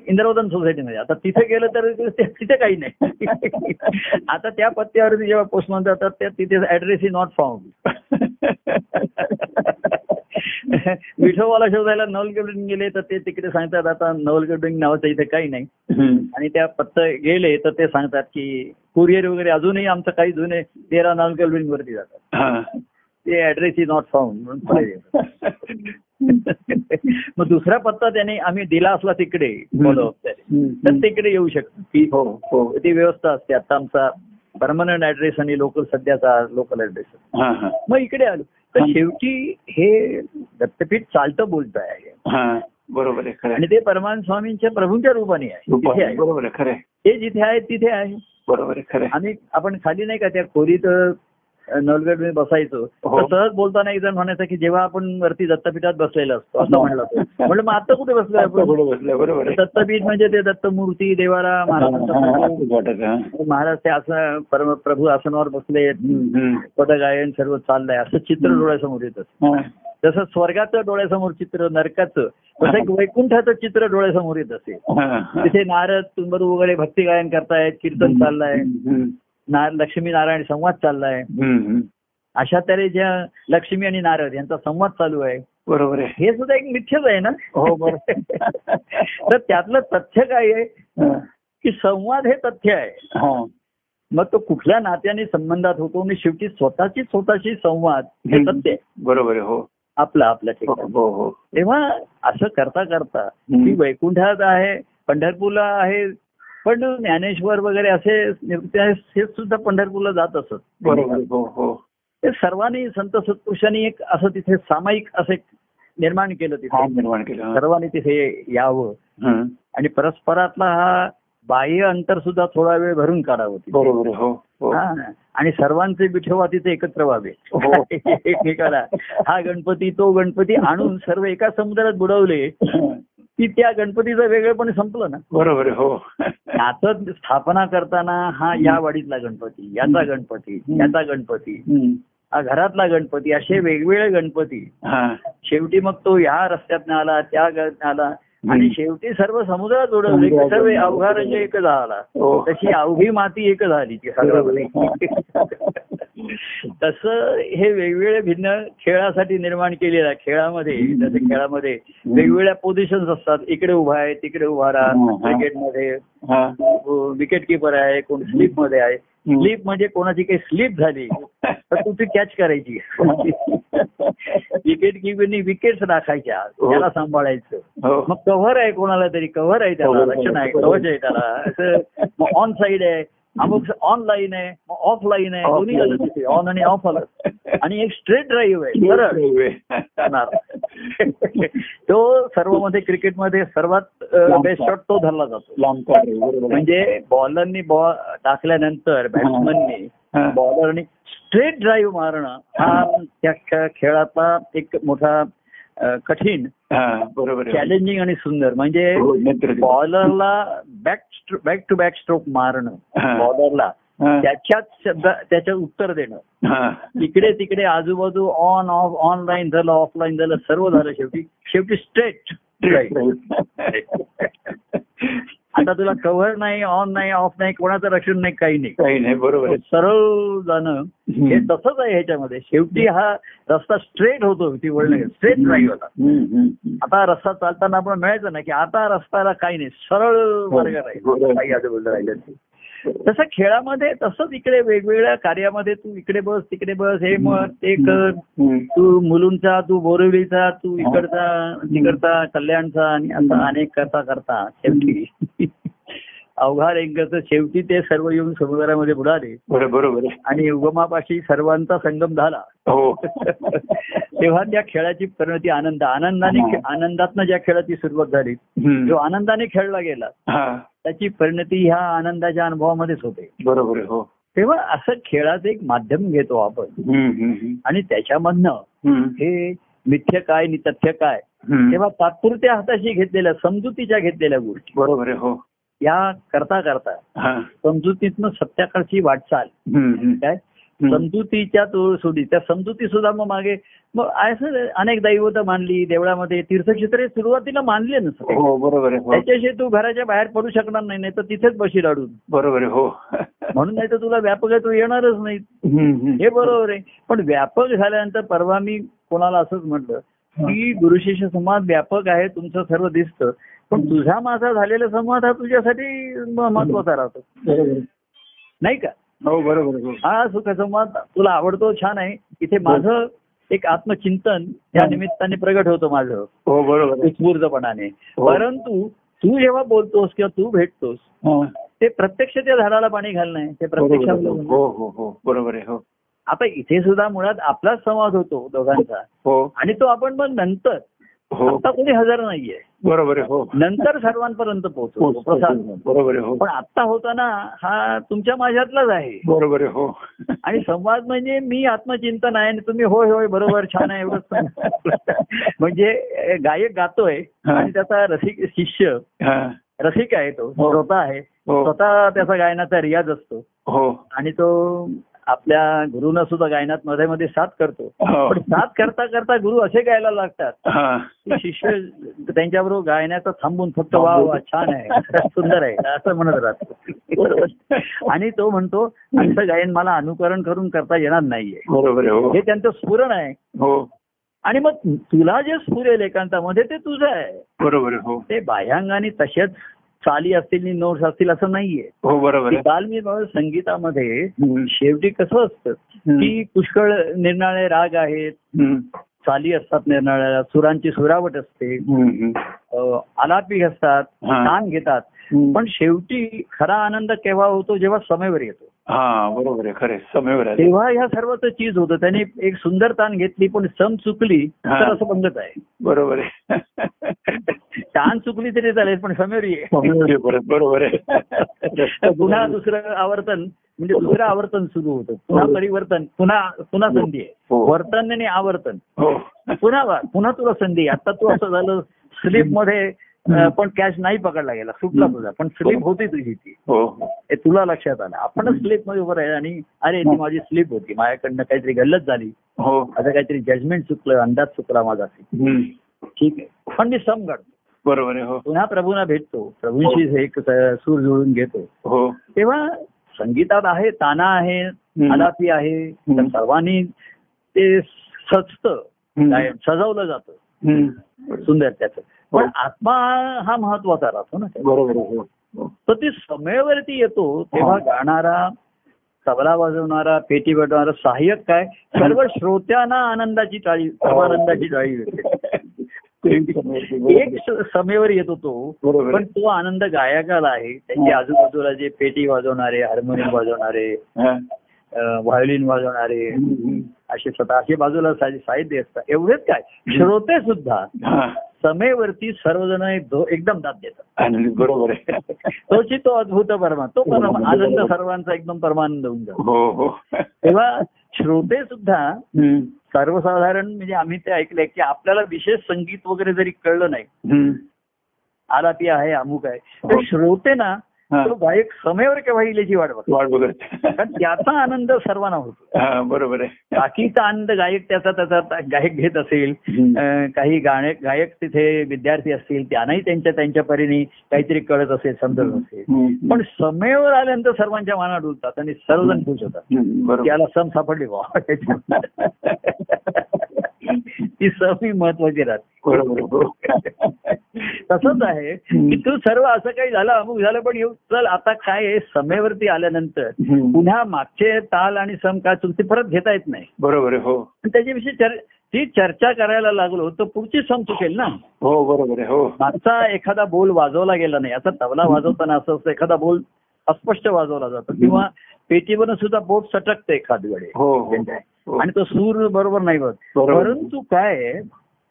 S2: इंद्रवदन सोसायटीमध्ये आता तिथे गेलं तर ते- तिथे काही नाही आता त्या पत्त्यावरती जेव्हा पोस्टमन जातात त्या तिथे ऍड्रेस इज नॉट फाउंड विठोबाला शोधायला नवलगडून गेले तर ते तिकडे सांगतात आता नवलगडून नावाचं इथे काही नाही
S1: हम्म.
S2: आणि त्या पत्ता गेले तर ते सांगतात की कुरिअर वगैरे अजूनही आमचं काही जुने तेरा नवलगडून वरती जातात
S1: हा.
S2: ते ऍड्रेस इज नॉट फाउंड म्हणून पुढे येतात. [LAUGHS] मग दुसरा पत्ता त्याने आम्ही दिला असला तिकडे follow-up त्याने. तर
S1: हम्म.
S2: तिकडे येऊ शकतो ती
S1: हो हो
S2: ती व्यवस्था असते आता आमचा परमनंट ऍड्रेस आणि लोकल सध्याचा लोकल ऍड्रेस
S1: हा हा
S2: मग इकडे आलो तर
S1: हा.
S2: शेवटी हे दत्तपीठ चालतं बोलत आहे
S1: हा बरोबर आहे खरं
S2: आणि
S1: आहे.
S2: ते परमान स्वामींच्या प्रभूंच्या रूपाने आहे तिथे आहे
S1: बरोबर आहे खरं आहे.
S2: ते जिथे आहे तिथे आहे
S1: बरोबर आहे खरं आहे.
S2: आम्ही आपण खाली नाही का त्या खोलीत नवलगडमध्ये बसायचो तर
S1: हो.
S2: सहज बोलताना एक जण म्हणायचं की जेव्हा आपण वरती दत्तपीठात बसलेला असतो असं
S1: हो.
S2: म्हणलं होतं. म्हणलं मग आता कुठे बसलोय
S1: आता
S2: आपण
S1: पुढे बसलं, बरोबर आहे
S2: दत्तपीठ म्हणजे ते दत्तमूर्ती देवारा
S1: हा, हा, हा,
S2: महाराजांचा
S1: असंच वाटत हा.
S2: फोटो, महाराज ते असं परम प्रभू आसनावर बसले
S1: हम्म, हम्म.
S2: पदगायन सर्व चाललंय असं चित्र डोळ्यासमोर येत असतं.
S1: हा.
S2: जसं स्वर्गाचं डोळ्यासमोर चित्र नरकाचं तसं एक वैकुंठाचं चित्र डोळ्यासमोर येत असेल
S1: हा, हा.
S2: तिथे नारद तुंबरू वगैरे भक्ती गायन करतायत कीर्तन चाललंय
S1: हम्म,
S2: नार लक्ष्मी नारायण संवाद चाललाय
S1: हम्म, हम्म.
S2: अशा तऱ्हे ज्या लक्ष्मी आणि नारद यांचा संवाद चालू आहे
S1: बरोबर आहे
S2: हे सुद्धा एक मिथ्यच आहे ना
S1: हो, बरोबर.
S2: [LAUGHS] तर त्यातलं तथ्य काय आहे
S1: हा,
S2: की संवाद हे तथ्य आहे
S1: हा.
S2: मग तो कुठल्या नात्याने संबंधात होतो आणि शेवटी स्वतःची स्वतःशी संवाद हे तथ्य आहे
S1: बरोबर आहे हो
S2: आपला आपल्या
S1: हो
S2: ठिकाणी
S1: हो हो
S2: तेव्हा असं करता करता
S1: हम्म.
S2: की वैकुंठात आहे पंढरपूरला आहे पण ज्ञानेश्वर वगैरे असे निवृत्ती आहे, हे सुद्धा पंढरपूरला जात असत
S1: बरोबर आहे. हो हो
S2: ते सर्वांनी संत सत्पुरुषांनी एक असं तिथे सामायिक असं एक निर्माण केलं
S1: हा
S2: तिथे
S1: निर्माण केलं
S2: सर्वांनी तिथे यावं
S1: हं.
S2: आणि परस्परातला हा बाह्य अंतर सुद्धा थोडा वेळ भरून काढावं तिथे.
S1: बरोबर आहे. हो हो
S2: हा. आणि सर्वांचे विठोबा तिथे एकत्र व्हावे [LAUGHS]
S1: हो.
S2: एकमेकाला हा गणपती तो गणपती आणून सर्व एका समुद्रात बुडवले की त्या गणपतीचं वेगळेपण संपलं ना
S1: बरोबर आहे. हो
S2: नातं स्थापना करताना हा या वाडीतला गणपती याचा गणपती याचा गणपती
S1: हं.
S2: हा घरातला गणपती असे वेगवेगळे गणपती
S1: हा.
S2: शेवटी मग तो ह्या रस्त्यातनं आला त्या गळ्यातनं आला आणि शेवटी सर्व समुद्रात जोडवले की सर्व अवघा रंग एक झाला
S1: हो.
S2: तशी अवघी माती एक झाली ती सगळ्यामध्ये तसं हे वेगवेगळे भिन्न खेळासाठी निर्माण केलेला खेळामध्ये जसं खेळामध्ये वेगवेगळ्या पोझिशन्स असतात इकडे उभा आहे तिकडे उभा राहा
S1: हम्म.
S2: क्रिकेटमध्ये
S1: हा.
S2: विकेट किपर आहे कोण स्लीप मध्ये आहे स्लीप म्हणजे कोणाची काही स्लीप झाली तर तू ती कॅच करायची [LAUGHS] विकेट किपरनी विकेट्स राखायच्या त्याला सांभाळायचं
S1: हो
S2: मग कव्हर आहे कोणाला तरी कव्हर आहे त्याला
S1: Cover आहे.
S2: रक्षण आहे कवच आहे त्याला असं मग ऑन साईड आहे अमुक ऑनलाईन आहे मग ऑफलाईन आहे दोन्ही
S1: Offline.
S2: आलं तिथे ऑन आणि
S1: [LAUGHS]
S2: ऑफ आलं आणि एक स्ट्रेट ड्राईव्ह आहे सरळ
S1: [LAUGHS] लांब
S2: [LAUGHS] तो सर्व मध्ये क्रिकेटमध्ये सर्वात बेस्ट शॉट तो धरला जातो
S1: काढ आहे. बरोबर आहे.
S2: म्हणजे बॉलरनी बॉल टाकल्यानंतर बॅट्समननी
S1: हा.
S2: बॉलरनी स्ट्रेट ड्राईव्ह मारणं हा त्या खे- खेळातला एक मोठा अ, कठीण
S1: हा, बरोबर आहे.
S2: चॅलेंजिंग आणि सुंदर म्हणजे
S1: हो, नेत्र दिलं.
S2: बॉलरला back back to back stroke मारणं
S1: हा.
S2: बॉलरला
S1: हा.
S2: त्याच्याच शब्द त्याच्यात उत्तर देणं
S1: हा.
S2: इकडे तिकडे आजूबाजू ऑन ऑफ ऑनलाईन झालं ऑफलाईन झालं सर्व झालं शेवटी शेवटी स्ट्रेट आता तुला कव्हर नाही ऑन नाही ऑफ नाही कोणाचं रक्षण नाही काही नाही
S1: काही नाही बरोबर आहे.
S2: सरळ जाणं हे
S1: हम्म.
S2: तसंच आहे ह्याच्यामध्ये शेवटी हा रस्ता स्ट्रेट होतो ती वळण स्ट्रेट ड्राईव्ह होता
S1: हम्म, हम्म.
S2: आता रस्ता चालताना आपण मिळायचं ना की आता रस्त्याला काही नाही सरळ
S1: हो.
S2: मार्ग
S1: बरोबर.
S2: राहील काही आजूबाजूला राहिलं नाही. तसं खेळामध्ये तसंच इकडे वेगवेगळ्या कार्यामध्ये तू इकडे बस तिकडे बस हे मत ते कर
S1: हम्म. हो.
S2: तू मुलुंडचा तू बोरिवलीचा तू इकडचा तिकडचा कल्याणचा आणि
S1: हम्म.
S2: असा अनेक करता करता शेवटी [LAUGHS] अवघा रेंगाचं शेवटी ते सर्व येऊन समुद्रामध्ये बुडाले
S1: बरोबर बरोबर आहे.
S2: आणि उगमापाशी सर्वांचा
S1: [LAUGHS]
S2: संगम झाला
S1: हो
S2: तेव्हा त्या खेळाची परिणती आनंद आनंदाने
S1: हा.
S2: आनंदातनं ज्या खेळाची सुरुवात झाली
S1: हो. हम्म.
S2: [LAUGHS] जो आनंदाने खेळला गेला
S1: हा
S2: त्याची परिणती ह्या आनंदाच्या अनुभवामध्येच होते
S1: बरोबर आहे. हो
S2: तेव्हा असं खेळाचं एक माध्यम घेतो आपण
S1: हम्म, हम्म, हम्म.
S2: आणि त्याच्यामधनं
S1: हम्म,
S2: हे मिथ्य काय नि तथ्य काय
S1: हम्म.
S2: तेव्हा तात्पुरत्या हाताशी घेतलेल्या समजुतीच्या घेतलेल्या गोष्टी
S1: बरोबर आहे. हो
S2: या करता करता
S1: हा
S2: समजुतीतनं सत्याकडची वाटचाल
S1: हम्म, हम्म.
S2: काय
S1: हम्म.
S2: समजुतीच्या सोडी त्या समजुती सुद्धा मग मागे मग असं अनेक दैवत मानली देवळामध्ये तीर्थक्षेत्र हे सुरुवातीला मानले नसते
S1: हो बरोबर आहे. हो
S2: त्याच्याशी तू घराच्या बाहेर पडू शकणार नाही नाही तर तिथेच बशील अडून
S1: बरोबर आहे. हो
S2: म्हणून नाही तर तुला व्यापक आहे तू येणारच नाही
S1: हम्म, हम्म.
S2: हे बरोबर आहे पण व्यापक झाल्यानंतर परवा मी कोणाला असंच म्हटलं की गुरुशिष्य संवाद व्यापक आहे तुमचं सर्व दिसतं पण तुझा माझा झालेला संवाद हा तुझ्यासाठी म- महत्वाचा राहतो
S1: बरोबर आहे.
S2: नाही का
S1: हो बरोबर आहे. हो.
S2: हा सुखसंवाद तुला आवडतो छान आहे इथे माझं एक आत्मचिंतन या निमित्ताने प्रगट होतं माझं
S1: हो बरोबर आहे.
S2: उत्स्फूर्तपणाने
S1: हो.
S2: परंतु तू जेव्हा बोलतोस किंवा तू भेटतोस
S1: हा.
S2: ते प्रत्यक्ष त्या झाडाला पाणी घालणं आहे ते
S1: बरोबर
S2: प्रत्यक्ष
S1: आहे. हो हो हो बरोबर आहे. हो
S2: आता इथे सुद्धा मुळात आपलाच संवाद होतो दोघांचा
S1: हो
S2: आणि तो आपण मग नंतर
S1: हो
S2: आता कोणी हजर नाहीये
S1: बरोबर आहे. हो
S2: नंतर सर्वांपर्यंत
S1: हो,
S2: पोहोचतो प्रसाद
S1: बरोबर आहे. हो
S2: पण आता होताना हा तुमच्या माझ्यातलाच आहे
S1: बरोबर आहे. हो
S2: आणि संवाद म्हणजे मी आत्मचिंतन आहे आणि तुम्ही होय होय बरोबर छान आहे
S1: [LAUGHS]
S2: एवढं म्हणजे अ, गायक गातोय
S1: हा.
S2: आणि त्याचा रसिक शिष्य
S1: हा.
S2: रसिक आहे तो
S1: हो.
S2: श्रोता आहे
S1: हो
S2: स्वतः त्याचा गायनाचा रियाज असतो
S1: हो
S2: आणि तो आपल्या गुरुना सुद्धा गायनात मध्ये मध्ये साथ करतो
S1: हो.
S2: पण साथ करता करता गुरु असे गायला लागतात
S1: हा.
S2: की शिष्य त्यांच्याबरोबर गायनाचा थांबून फक्त वा वा छान आहे सुंदर आहे असं म्हणत राहतो आणि तो म्हणतो असं गायन मला अनुकरण करून करता येणार नाहीये
S1: बरोबर आहे.
S2: हे
S1: हो
S2: त्यांचं स्फुरण आहे
S1: हो
S2: आणि मग तुला जे स्फुरेल एकांतामध्ये ते तुझं आहे
S1: बरोबर आहे. हो
S2: ते बाह्यांगाने तशाच चाली असतील आणि नोट्स असतील असं नाहीये
S1: हो बरोबर आहे.
S2: काल मी बाबा संगीतामध्ये
S1: हम्म.
S2: शेवटी कसं असतं
S1: हम्म.
S2: की पुष्कळ निरनिराळे राग आहेत
S1: हम्म.
S2: चाली असतात निरनिराळ्या सुरांची सुरावट असते
S1: हम्म. हम्म.
S2: अं, आलापी असतात
S1: हा.
S2: ताण घेतात
S1: हम्म.
S2: पण शेवटी खरा आनंद केव्हा होतो जेव्हा समेवर येतो
S1: हा बरोबर आहे खरे समेवर आले
S2: तेव्हा ह्या सर्वच चीज होतं त्याने एक सुंदर ताण घेतली पण सम चुकली
S1: हा.
S2: तर असं पंगत आहे
S1: बरोबर आहे
S2: ताण चुकली तरी चालेल पण समेवर ये
S1: समेवर आहे परत, बरोबर [LAUGHS] आहे
S2: पुन्हा दुसरं आवर्तन म्हणजे दुसरं आवर्तन सुरू होतं पुन्हा परिवर्तन पुन्हा पुन्हा संधी आहे
S1: हो. हो.
S2: वर्तन आणि आवर्तन
S1: हो
S2: पुन्हा वा- पुन्हा तुला संधी आहे. आता तू असं झालं स्लिप मध्ये अं, पण कॅश नाही पकडला गेला सुटला तुझा पण स्लिप होती तुझी ती
S1: हो
S2: हे तुला लक्षात आलं आपण स्लिप मध्ये उभं राहिलं आणि अरे ती माझी स्लिप होती माझ्याकडनं काहीतरी गल्लत झाली
S1: हो
S2: असं काहीतरी जजमेंट चुकलं अंदाज चुकला माझा
S1: हम्म.
S2: ठीक आहे पण मी सम काढतो
S1: बरोबर आहे हो
S2: पुन्हा प्रभूंना भेटतो प्रभूंशी हे एक स- सूर जुळून घेतो
S1: हो
S2: तेव्हा संगीतात आहे ताना आहे आलापी आहे तर सर्वांनी ते सजतं
S1: हम्म.
S2: काय- सजवलं जातं
S1: हम्म.
S2: सुंदर त्याचं पण
S1: हो.
S2: आत्मा हा महत्वाचा राहतो ना त्यात.
S1: बरोबर आहे हो. हो
S2: तर ते समेवरती येतो तेव्हा
S1: हा.
S2: गाणारा तबला वाजवणारा पेटी वाजवणारा सहाय्यक काय सर्व श्रोत्यांना आनंदाची टाळी परमानंदाची
S1: हो.
S2: टाळी येते.
S1: [LAUGHS]
S2: एक
S1: बरोबर
S2: स- समेवर येतो तो
S1: बरोबर.
S2: पण तो आनंद गायकाला आहे त्यांच्या
S1: हा.
S2: आजूबाजूला जे पेटी वाजवणारे हार्मोनियम वाजवणारे
S1: हा.
S2: व्हायोलिन वाजवणारे
S1: हम्म.
S2: असे स्वतः असे बाजूला सा- साहित्य असतात एवढेच काय श्रोते सुद्धा
S1: हा.
S2: समेवरती सर्वजण एक दो- एकदम दाद देतात
S1: आनंद बरोबर आहे
S2: तोची तो अद्भुत परमा तो परमा
S1: हो, बरोबर.
S2: आनंद सर्वांचा एकदम परमानंद होऊन जातो
S1: हो हो
S2: तेव्हा श्रोते सुद्धा
S1: हम्म.
S2: सर्वसाधारण म्हणजे आम्ही ते ऐकलंय की आपल्याला विशेष संगीत वगैरे जरी कळलं नाही
S1: हम्म.
S2: आलापी आहे अमुक आहे तर
S1: हो.
S2: श्रोते ना
S1: हा.
S2: तो गायक समेवर केव्हा इलेची वाट बघतो
S1: वाट बघत
S2: कारण त्याचा आनंद सर्वांना होतो
S1: हा, बरोबर आहे
S2: बाकीचा आनंद गायक त्याचा त्याचा ता- गायक घेत असेल
S1: हम्म.
S2: अं, काही गायक गायक तिथे विद्यार्थी असतील त्यांनाही त्यांच्या त्यांच्या परीने काहीतरी कळत असेल समजत असेल
S1: हम्म.
S2: पण समेवर आल्यानंतर सर्वांच्या मनात उलतात आणि सर्वजण खुश होतात
S1: हम्म. बरोबर
S2: त्याला सम सापडली
S1: [LAUGHS]
S2: बा [LAUGHS] ती सम ही महत्वाची राहते
S1: बरोबर हो.
S2: तसंच आहे की तू सर्व असं काही झालं अमुक झालं पण येऊ चल आता काय आहे समेवरती आल्यानंतर
S1: हम्म.
S2: पुन्हा मागचे ताल आणि सम काय चुकते परत घेता येत नाही
S1: बरोबर आहे हो
S2: आणि त्याच्याविषयी चर- ती चर्चा करायला लागलो तर पुढची सम चुकेल ना
S1: हो बरोबर आहे हो
S2: मागचा एखादा बोल वाजवला गेला नाही आता तबला वाजवताना असं असतं एखादा बोल अस्पष्ट वाजवला जातो किंवा पेटीवरून सुद्धा बोट सटकते एखादी वेळे
S1: हो हो हो.
S2: आणि तो सूर बरोबर नाही होत
S1: बरोबर.
S2: परंतु काय आहे,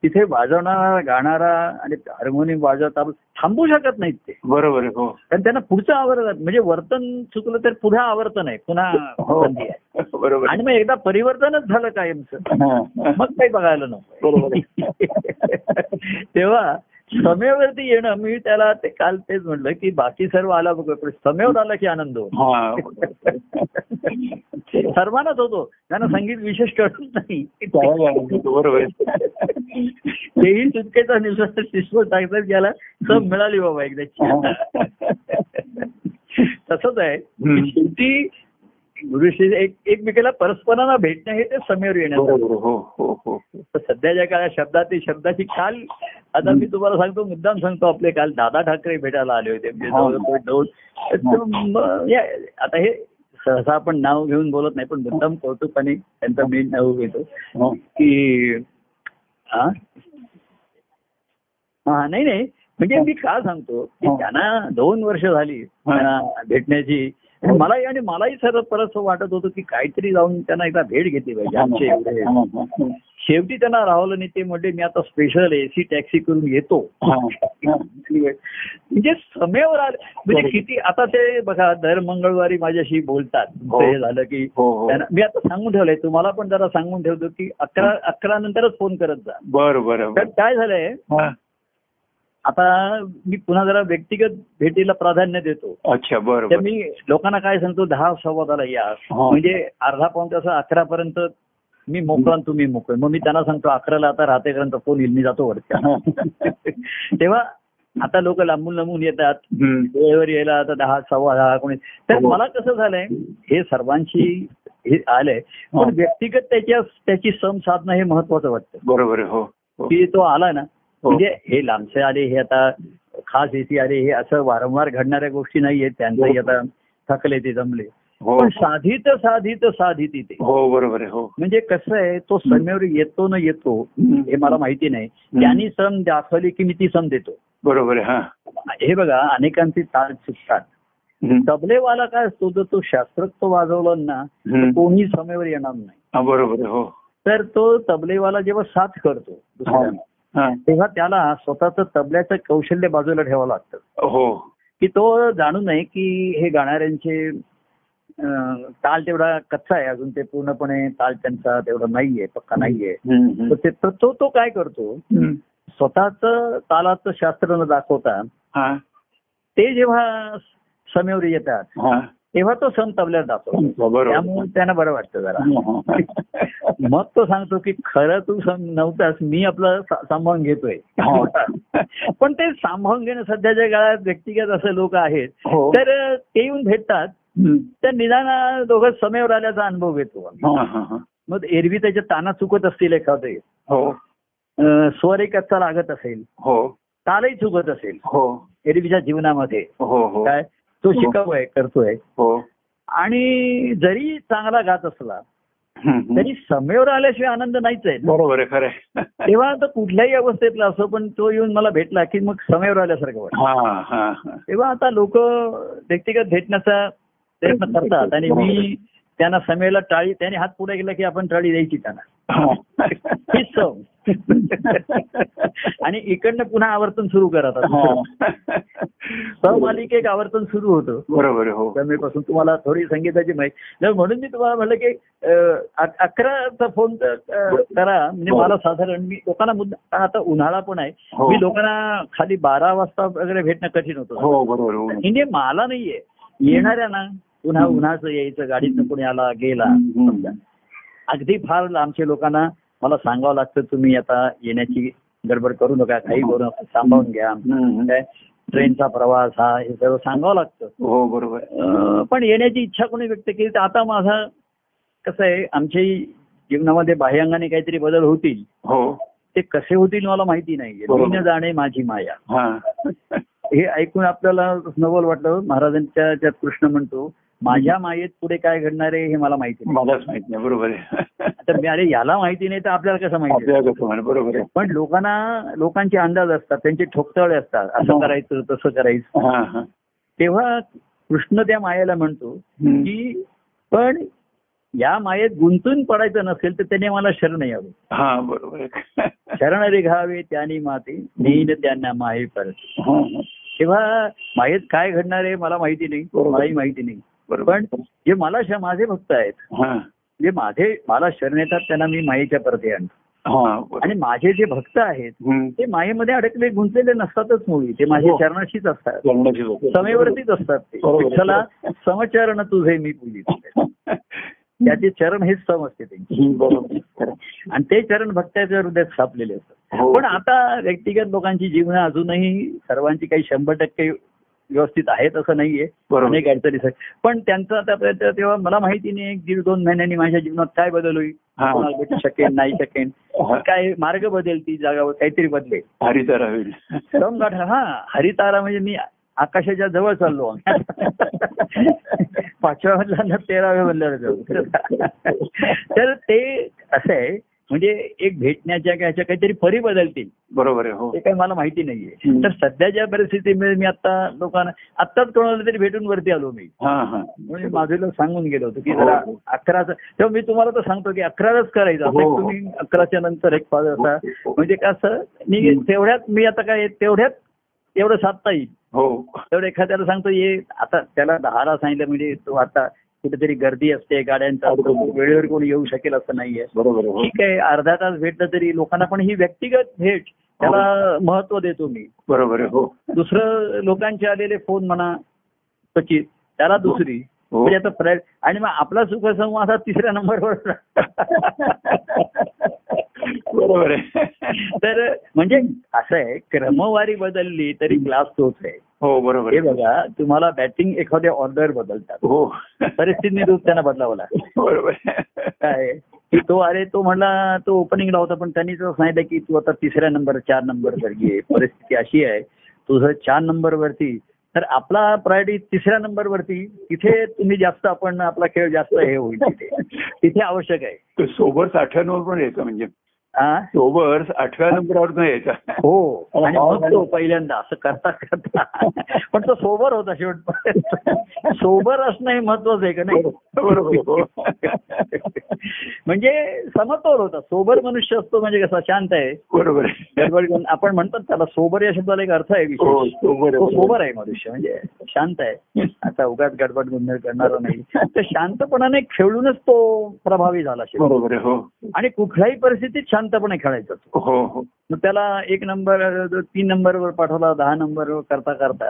S2: तिथे वाजवणारा गाणारा आणि हार्मोनियम वाजवता थांबू शकत नाहीत ते
S1: बरोबर आहे हो
S2: कारण त्यांना पुढचं आवर्तन म्हणजे वर्तन चुकलं तर पुन्हा आवर्तन आहे पुन्हा
S1: हो
S2: संधी आहे
S1: बरोबर
S2: आणि मग एकदा परिवर्तनच झालं कायमचं
S1: हा.
S2: मग काही बघायला नको
S1: बरोबर आहे.
S2: [LAUGHS] तेव्हा समेवरती येणं मी त्याला ते काल तेच म्हटलं की बाकी सर्व आला बघ पण समेवर आला की आनंद होतो
S1: हा
S2: सर्वांनाच होतो त्यांना संगीत विशेष कळत नाही
S1: त्यालाही आनंद होतो, बरोबर आहे.
S2: तेही सुटकेचा निसर्ग शिश्व टाकतात ज्याला सब मिळाली बाबा एकदाची
S1: [LAUGHS] हा.
S2: तसंच आहे
S1: हम्म.
S2: की शेवटी गुरुश्री एक एकमेकाला परस्परांना भेटणं हे ते समेवर येण्याचं
S1: बरोबर आहे. हो हो हो
S2: तर सध्याच्या काळात शब्दातील शब्दाची काल आता मी तुम्हाला सांगतो मुद्दाम सांगतो आपले काल दादा ठाकरे भेटायला आले होते म्हणजे
S1: हा.
S2: जवळजवळ दोन- तर म- या- आता हे सहसा आपण नाव घेऊन बोलत नाही पण मुद्दाम कौतुकाने त्यांचं मी नाव घेतो
S1: हा.
S2: की हा हा, नाही नाही म्हणजे मी का सांगतो की
S1: हा.
S2: त्यांना दोन वर्ष झाली त्यांना भेटण्याची
S1: हो.
S2: आणि मलाही आणि मलाही सर्व परत वाटत होतं की काहीतरी जाऊन त्यांना एकदा भेट घेतली पाहिजे आमचे एवढे
S1: हा, हा, हा.
S2: शेवटी त्यांना राहुल आणि ते म्हटले मी आता स्पेशल एसी टॅक्सी करून येतो
S1: हा, हा.
S2: म्हणजे समेवर आले म्हणजे
S1: बरोबर.
S2: किती आता ते बघा दर मंगळवारी माझ्याशी बोलतात
S1: हो.
S2: हे झालं की
S1: हो, हो.
S2: त्यांना- मी आता सांगून ठेवलंय तुम्हाला पण जरा सांगून ठेवतो की अकरा अकरा नंतरच फोन करत जा
S1: बरं बरं
S2: कारण
S1: बरं.
S2: काय झालंय
S1: हा.
S2: आता मी पुन्हा जरा व्यक्तिगत भेटीला प्राधान्य देतो
S1: अच्छा बरं
S2: तर
S1: बरं.
S2: मी लोकांना काय सांगतो दहा सव्वादाला या म्हणजे अर्धा पाऊन तास अकरा पर्यंत मी मोकळा आणि तुम्ही मोकळे मग मी त्यांना सांगतो अकराला आता राहते कारण फोन येईल मी जातो वरच्या
S1: हा.
S2: तेव्हा आता लोक लांबून लांबून येतात
S1: हम्म.
S2: वेळेवर यायला आता दहा सव्वा दहा कोणी तर
S1: हो.
S2: मला कसं झालंय हे सर्वांशी हे आलंय
S1: हो.
S2: पण व्यक्तिगत त्याच्या त्याची सम साधणं हे महत्वाचं वाटतं
S1: बरोबर आहे, हो हो.
S2: की तो आला ना म्हणजे हे लांबसे आले हे आता खास येते आले हे असं वारंवार घडणाऱ्या गोष्टी नाहीये त्यांचंही आता थकले ते जमले
S1: हो
S2: पण साधित साधित साधित ते
S1: हो बरोबर आहे, हो
S2: म्हणजे कसं आहे तो समेवर येतो न येतो
S1: हम्म.
S2: हे मला माहिती नाही त्यांनी सम दाखवली की मी ती सम देतो
S1: बरोबर आहे, हा
S2: हे बघा अनेकांची ताल चुकतात
S1: हम्म.
S2: तबलेवाला काय असतो जर तो शास्त्रोक्त वाजवला ना
S1: हम्म.
S2: कोणी समेवर येणार नाही
S1: हा, बरोबर आहे, हो
S2: तर तो तबलेवाला जेव्हा साथ करतो दुसऱ्यांना,
S1: हा.
S2: तेव्हा त्याला स्वतःचं तबल्याचं कौशल्य बाजूला ठेवावं लागतं
S1: हो
S2: की तो जाणू नये की हे गाणाऱ्यांचे अं, ताल तेवढा कच्चा आहे अजून ते पूर्णपणे ताल त्यांचा तेवढा नाहीये पक्का नाहीये
S1: हम्म,
S2: तर
S1: हम्म.
S2: ते- तर तो तो काय करतो
S1: हम्म.
S2: स्वतःच तालाचं शास्त्र न दाखवता
S1: हा,
S2: ते जेव्हा समेवर येतात
S1: हा.
S2: तेव्हा तो सण तबल्यात दाखवतो
S1: बरोबर
S2: त्यामुळे त्यांना बरं वाटतं जरा
S1: हा.
S2: [LAUGHS] मग तो सांगतो की खरं तू सम- नव्हतास मी आपलं सा- सांभाळून घेतोय
S1: हो.
S2: [LAUGHS] पण ते सांभाळून घेणं सध्याच्या काळात व्यक्तिगत असे लोक आहेत
S1: हो
S2: तर ते येऊन भेटतात
S1: हम्म.
S2: तर निदान दोघं समेवर आल्याचा अनुभव घेतो
S1: हा, हा, हा.
S2: मग एरवी त्याच्या ताना चुकत असतील एखादे
S1: हो
S2: अं, स्वर एकाचा लागत असेल
S1: हो
S2: तालही चुकत असेल
S1: हो
S2: एरवीच्या जीवनामध्ये
S1: हो हो
S2: काय तो
S1: हो.
S2: शिकावय करतोय
S1: हो
S2: आणि जरी चांगला गात असला
S1: हम्म, हम्म.
S2: तरी समेवर आल्याशिवाय आनंद नाहीच आहे ना.
S1: बरोबर आहे खरं आहे.
S2: तेव्हा तो कुठल्याही अवस्थेतला असो पण तो येऊन मला भेटला की मग समेवर आल्यासारखं वाटतं
S1: हा हा हा.
S2: तेव्हा आता लोक व्यक्तिगत भेटण्याचा प्रयत्न करतात आणि मी त्यांना समेला टाळी त्याने हात पुढे गेला की आपण टाळी द्यायची त्यांना
S1: हा.
S2: हीच सम. आणि इकडनं पुन्हा आवर्तन सुरू
S1: हो.
S2: करतात
S1: हा.
S2: सम आली की एक आवर्तन सुरू होतं
S1: बरोबर आहे, हो
S2: जमेपासून तुम्हाला थोडी संगीताची माहिती तर म्हणून मी तुम्हाला म्हटलं की अं, अक- अकराचा फोन तर, अं, करा म्हणजे मला साधारण मी लोकांना मुद्दा आता उन्हाळा पण आहे
S1: हो.
S2: मी लोकांना खाली बारा वाजता वगैरे भेटणं कठीण होतं
S1: हो बरोबर आहे, हो.
S2: म्हणजे मला नाहीये येणाऱ्यांना पुन्हा उन्हाचं यायचं गाडीतनं कोणी आला गेला
S1: हम्म.
S2: अगदी फार लांबच्या लोकांना मला सांगावं लागतं तुम्ही आता येण्याची गडबड करू नका काही करू नका सांभाळून घ्या
S1: हम्म.
S2: काय ट्रेनचा प्रवास हा हे सर्व सांगावं लागतं
S1: हो बरोबर आहे.
S2: अं, पण येण्याची इच्छा कोणी व्यक्त केली तर आता माझा कसं आहे आमच्याही जीवनामध्ये बाह्यांगाने काहीतरी बदल होतील
S1: हो
S2: ते कसे होतील मला माहिती नाहीये
S1: बरोबर.
S2: मी न जाणे माझी माया
S1: हा
S2: हे ऐकून आपल्याला नवल वाटलं महाराजांच्या ज्यात कृष्ण म्हणतो माझ्या मायेत पुढे काय घडणार आहे हे मला माहिती नाही
S1: मलाच माहित नाही बरोबर आहे
S2: तर मी अरे याला माहिती नाही तर आपल्याला कसं माहिती
S1: आपल्या कसं म्हणे, बरोबर आहे
S2: पण लोकांना लोकांचे अंदाज असतात त्यांचे ठोकताळे असतात असं
S1: हो.
S2: करायचं तसं करायचं
S1: हा हा
S2: तेव्हा कृष्ण त्या मायेला म्हणतो
S1: हम्म.
S2: की पण या मायेत गुंतून पडायचं नसेल तर त्याने मला शरण यावं
S1: हा बरोबर आहे
S2: शरण रिघावे त्याने माते नेईन त्यांना माये परत
S1: हा, हा.
S2: तेव्हा मायेत काय घडणार आहे मला माहिती नाही
S1: बरोबर.
S2: मलाही माहिती नाही
S1: बरोबर
S2: पण जे मला श- माझे भक्त आहेत
S1: हा
S2: जे माझे मला शरण येतात त्यांना मी मायेच्या परते आणतो
S1: हा बरोबर
S2: आणि माझे जे भक्त आहेत
S1: हम्म.
S2: ते मायेमध्ये अडकले गुंतलेले नसतातच मुळी ते माझ्या
S1: हो.
S2: शरणाशीच असतात
S1: लग्नाची गोष्ट.
S2: समेवरतीच असतात ते
S1: बरोबर.
S2: विठ्ठला समचरण तुझे मी पूजित त्याचे चरण हेच सम असते त्यांची
S1: हम्म, बरोबर आहे. खरं.
S2: आणि ते चरण भक्ताच्या हृदयात स्थापलेले
S1: हो.
S2: असतात पण आता व्यक्तिगत लोकांची जीवन अजूनही सर्वांची काही शंभर टक्के व्यवस्थित आहेत असं नाहीये
S1: बरोबर.
S2: अनेक अडचणी आहेत. पण त्यांचा आता प्रयत्न तेव्हा मला माहिती नाही एक दीड दोन महिन्यांनी माझ्या जीवनात काय बदल होईल
S1: हा.
S2: कोणाला भेटू शकेन नाही शकेन
S1: हा.
S2: काय मार्ग बदल ती जागा काहीतरी बदलेल
S1: हरितारा होईल
S2: गाठ हा हरितारा म्हणजे मी आकाशाच्या जवळ चाललो आम्ही. पाचव्या मधला तेराव्या मधल्यावर जाऊ तर ते असं आहे म्हणजे एक भेटण्याच्या काय ह्याच्या काहीतरी परी बदलतील
S1: बरोबर आहे हो
S2: ते काही मला माहिती नाहीये
S1: हम्म.
S2: तर सध्याच्या परिस्थितीमध्ये मी आता लोकांना आत्ताच कोणाला तरी भेटून वरती आलो मी
S1: हा हा
S2: म्हणून मी माझेला म्हणजे सांगून गेलो होतो की
S1: हो.
S2: जरा अकराचं तेव्हा मी तुम्हाला तर सांगतो की अकरालाच करायचं आता
S1: हो.
S2: एक तुम्ही अकराच्या नंतर एक पाच असा
S1: हो.
S2: म्हणजे कसं मी
S1: हम्म.
S2: तेवढ्यात मी आता काय तेवढ्यात तेवढं साधता येईल
S1: हो
S2: तेवढं एखाद्याला सांगतो ये आता त्याला दहाला सांगितलं म्हणजे तो आता कुठेतरी गर्दी असते गाड्यांचा असतो, वेळेवर कोणी येऊ शकेल असं नाहीये
S1: बरोबर आहे, हो
S2: ठीक आहे अर्धा तास भेटलं तरी लोकांना पण ही व्यक्तिगत भेट
S1: हो.
S2: त्याला महत्व देतो मी
S1: बरोबर आहे हो
S2: दुसरं लोकांचे आलेले फोन म्हणा क्वचित त्याला दुसरी
S1: हो.
S2: म्हणजे आता प्रय- आणि मग आपला सुखसंवाद हा तिसऱ्या नंबरवर
S1: बरोबर आहे
S2: तर म्हणजे असं आहे क्रमवारी बदलली तरी क्लास तोच आहे
S1: हो बरोबर
S2: हे
S1: आहे.
S2: बघा तुम्हाला बॅटिंग एखाद्या ऑर्डर बदलतात
S1: हो [LAUGHS]
S2: परिस्थिती रूप त्यांना बदलावं लागतं
S1: बरोबर आहे.
S2: काय की तो अरे तो म्हणला तो ओपनिंगला होता पण त्यांनी जर सांगितलं की तू आता तिसऱ्या नंबर चार नंबर वर घे परिस्थिती अशी आहे तुझं चार नंबर वरती तर आपला प्रायोरिटी तिसऱ्या नंबर वरती तिथे तुम्ही जास्त आपण आपला खेळ जास्त हे होईल तिथे तिथे आवश्यक आहे
S1: तो सोबर्स आठव्याण्णव पण यायचा म्हणजे
S2: हा?
S1: सोबर्स आठव्या नंबरावर न यायचा
S2: हो आणि मग तो पहिल्यांदा असं करता करता पण तो सोबर होता शेवटपर्यंत सोबर असणं हे महत्वाचं आहे का नाही
S1: बरोबर हो.
S2: म्हणजे समतोल होता सोबर मनुष्य असतो म्हणजे कसा शांत आहे
S1: बरोबर आहे.
S2: गडबड करून आपण म्हणतो ना त्याला सोबर या शब्दाला एक अर्थ आहे
S1: हो,
S2: विशेष
S1: सोबर
S2: तो
S1: आहे.
S2: सोबर आहे मनुष्य म्हणजे शांत आहे आता उगाच गडबड गोंधळ करणारा नाही तर शांतपणाने खेळूनच तो प्रभावी झाला शेवटी.
S1: बरोबर आहे, हो
S2: आणि कुठल्याही परिस्थितीत शांतपणे खेळायचा तो
S1: हो हो
S2: मग त्याला एक नंबर तीन नंबरवर पाठवला दहा नंबरवर करता करता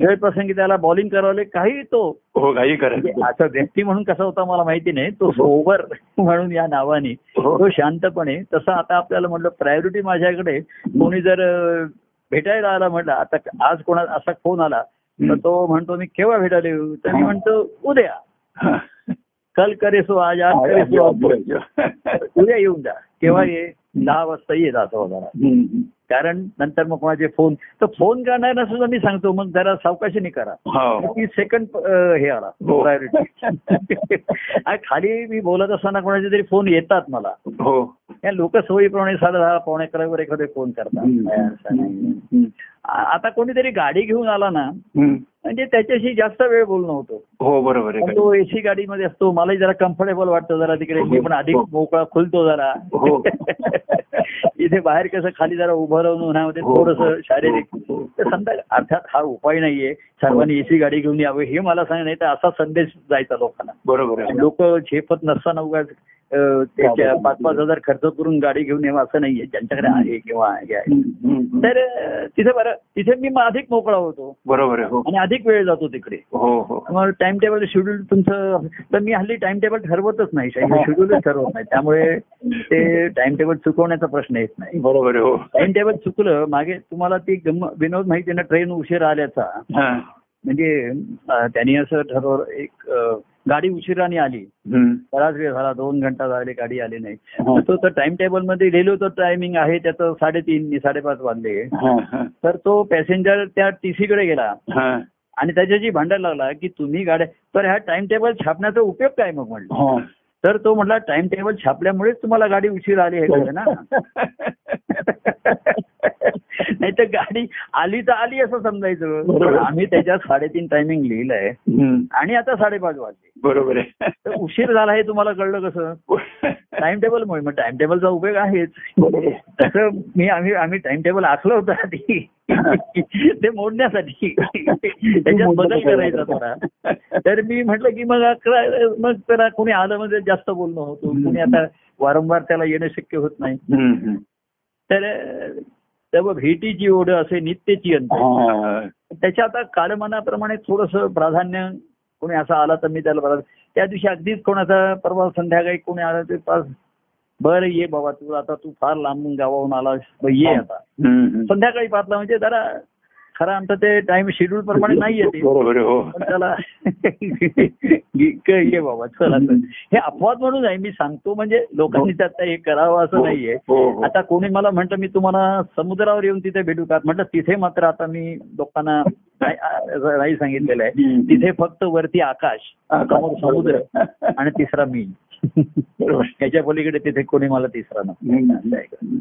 S2: वेळ प्रसंगी त्याला बॉलिंग करावले काही तो
S1: हो काही [LAUGHS]
S2: म्हणजे
S1: करायचं
S2: आता व्यक्ती म्हणून कसा होता मला माहिती नाही तो सोबर म्हणून या नावाने
S1: हो
S2: तो शांतपणे तसं आता आपल्याला म्हटलं प्रायोरिटी माझ्याकडे कोणी जर अ, भेटायला आला म्हटलं आता आज कोणा असा फोन आला तर तो म्हणतो मी केव्हा भेटायला येऊ तर मी म्हणतो उद्या
S1: हा.
S2: कल करेसो आज आज करेसो आप. उद्या येऊन जा केव्हा ये दहा वाजता ये जातो वगैरे
S1: हम्म.
S2: कारण नंतर मग कोणाचे फोन तर फोन करणार सुद्धा मी सांगतो मग जरा सावकाशीने करा
S1: हो
S2: तीस सेकंड हे आला
S1: हो. [LAUGHS]
S2: प्रायोरिटी खाली मी बोलत असताना कोणाचे तरी फोन येतात मला
S1: हो
S2: या लोक सोयीप्रमाणे साडे दहा पावणे अकरावर एखादे फोन करतात
S1: हम्म.
S2: काय असं नाही.
S1: हम्म.
S2: आ- आता कोणीतरी गाडी घेऊन आला ना
S1: हम्म.
S2: म्हणजे त्याच्याशी जास्त वेळ बोलणं होतो
S1: हो बरोबर
S2: पण
S1: आहे
S2: तो एसी गाडीमध्ये असतो मलाही जरा कम्फर्टेबल वाटतं जरा तिकडे मी पण अधिक मोकळा खुलतो जरा
S1: हो.
S2: [LAUGHS] इथे बाहेर कसं खाली जरा उभं राहून उन्हामध्ये
S1: हो.
S2: थोडस शारीरिक
S1: हो.
S2: तर समजा अर्थात हा उपाय नाहीये सर्वांनी एसी गाडी घेऊन यावी हे मला सांग नाही तर असा संदेश जायचा लोकांना
S1: बरोबर आहे
S2: लोक झेपत नसताना उगाच अं, त्याच्या पाच पाच हजार खर्च करून गाडी घेऊन यावं असं नाहीये ज्यांच्याकडे आहे किंवा हे आहे
S1: हम्म. हम्म.
S2: तर अं, तिथे बरं तिथे मी मग अधिक मोकळा होतो
S1: बरोबर आहे हो
S2: आणि अधिक वेळ जातो तिकडे
S1: हो हो
S2: मग टाइम टेबल शेड्यूल तुमचं तर मी हल्ली टाइम टेबल ठरवतच नाही शेड्यूलच ठरवत नाही त्यामुळे ते टाइम टेबल चुकवण्याचा प्रश्न येत नाही
S1: बरोबर आहे हो
S2: टाइम टेबल चुकलं मागे तुम्हाला ती गम विनोद माहिती आहे ना ट्रेन उशीर आल्याचा
S1: हा.
S2: म्हणजे अं, त्यांनी असं ठरवलं एक अं, गाडी उशिराने आली
S1: हम्म.
S2: बराच वेळ झाला दोन घंटा झाले गाडी आली नाही
S1: हा.
S2: तर तो टाइम टेबल मध्ये लिहिलं होतं टायमिंग आहे त्याचं साडेतीन साडेपाच वाजले
S1: हा, हा.
S2: तर तो पॅसेंजर त्या टीसी कडे गेला
S1: हा.
S2: आणि त्याच्याशी भांडण लागला की तुम्ही गाड्या तर ह्या टाइम टेबल छापण्याचा उपयोग काय मग म्हणलं
S1: हा.
S2: तर तो म्हटला टाइम टेबल छापल्यामुळेच तुम्हाला गाडी उशीर आली हे खरं ना [LAUGHS] नाही तर गाडी आली तर आली असं समजायचं पण आम्ही त्याच्यात साडेतीन टायमिंग लिहिलंय
S1: हम्म.
S2: आणि आता साडेपाच वाजले
S1: बरोबर आहे
S2: तर उशीर झाला हे तुम्हाला कळलं कसं टाइम टेबलमुळे मग टाइम टेबलचा उपयोग आहेच
S1: बरोबर आहे.
S2: तसं मी आम्ही आम्ही टाइम टेबल आखलं होतं आधी ते मोडण्यासाठी त्याच्यात बदल करायचा थोडा तर मी म्हटलं की मग अकरा मग त्याला कोणी आलं म्हणजे जास्त बोलणं होतो कोणी आता वारंवार त्याला येणं शक्य होत नाही
S1: हम्म, हम्म.
S2: तर तेव्हा भेटीची ओढ असे नित्यची अंत
S1: हा.
S2: त्याच्या आता कालमानाप्रमाणे थोडस प्राधान्य कोणी असा आला तर मी त्याला बरा त्या दिवशी अगदीच कोणाचा परवा संध्याकाळी कोणी आला ते पास बरं ये बाबा तू आता तू फार लांबून गावाहून आलास बरं, ये आता
S1: हम्म, हम्म.
S2: संध्याकाळी पाचला म्हणजे जरा खरा आमचं ते टाइम शेड्यूल प्रमाणे नाही येते
S1: बरोबर आहे,
S2: पण
S1: हो
S2: त्याला ये बाबा चल असं हे अपवाद म्हणून आहे मी सांगतो म्हणजे लोकांनी त्यात हे करावं असं नाहीये
S1: हो, हो.
S2: आता कोणी मला म्हटलं मी तुम्हाला समुद्रावर येऊन तिथे भेटू का म्हटलं तिथे मात्र आता मी लोकांना नाही आ- नाही सांगितलेलं आहे
S1: हम्म.
S2: तिथे फक्त वरती आकाश समोर समुद्र आणि तिसरा
S1: [LAUGHS]
S2: मी
S1: बरोबर
S2: त्याच्या पलीकडे तिथे कोणी मला तिसरा नको
S1: हम्म.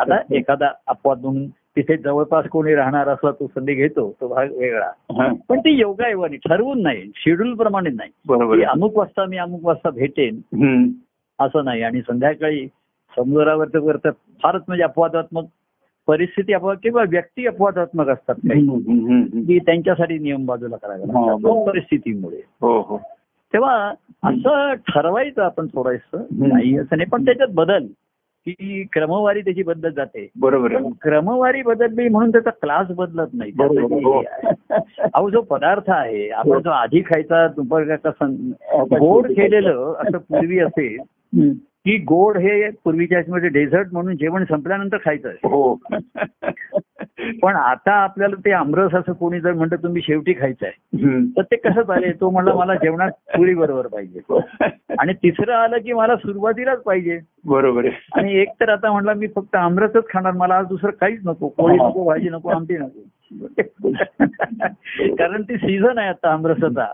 S2: आता एखादा अपवाद म्हणून तिथे जवळपास कोणी राहणार असला तो संधी घेतो तो भाग वेगळा
S1: हा.
S2: पण ती योगायोगाने ठरवून नाही शेड्यूल प्रमाणे नाही
S1: बरोबर
S2: की
S1: आहे.
S2: अमुक वाजता मी अमुक वाजता भेटेन
S1: हम्म.
S2: असं नाही आणि संध्याकाळी समुद्रावर तर तर फारच म्हणजे अपवादात्मक परिस्थिती अपवाद किंवा व्यक्ती अपवादात्मक असतात काही
S1: हम्म, हो. हम्म, हम्म.
S2: की त्यांच्यासाठी नियम बाजूला करावे
S1: हा,
S2: लागतात
S1: बरोबर.
S2: परिस्थितीमुळे
S1: हो हो
S2: तेव्हा असं ठरवायचं आपण थोडंसं नाही असं नाही पण त्याच्यात बदल की क्रमवारी त्याची बदलत जाते
S1: बरोबर आहे.
S2: पण क्रमवारी बदलली म्हणून त्याचा क्लास बदलत नाही
S1: बरोबर आहे, हो.
S2: त्याचं जे- अहो जो पदार्थ आहे आपण जो आधी खायचा दुपारचा सं-
S1: आपण-
S2: गोड केलेलं असं पूर्वी असे
S1: हम्म.
S2: की गोड हे पूर्वीच्या ह्याच्यामध्ये डेझर्ट म्हणून जेवण संपल्यानंतर खायचं आहे.
S1: हो
S2: पण आता आपल्याला ते आमरस असं कोणी जर म्हणतं तुम्ही शेवटी खायचं आहे
S1: हम्म.
S2: तर ते कसं चालेल तो म्हणला मला जेवणात पुरी बरोबर पाहिजे आणि तिसरं आलं की मला सुरुवातीलाच पाहिजे
S1: बरोबर आहे
S2: आणि एक तर आता म्हणला मी फक्त आमरसच खाणार मला आज दुसरं काहीच नको पोळी नको भाजी नको आमटी नको कारण ती सीझन आहे आता आमरसाचा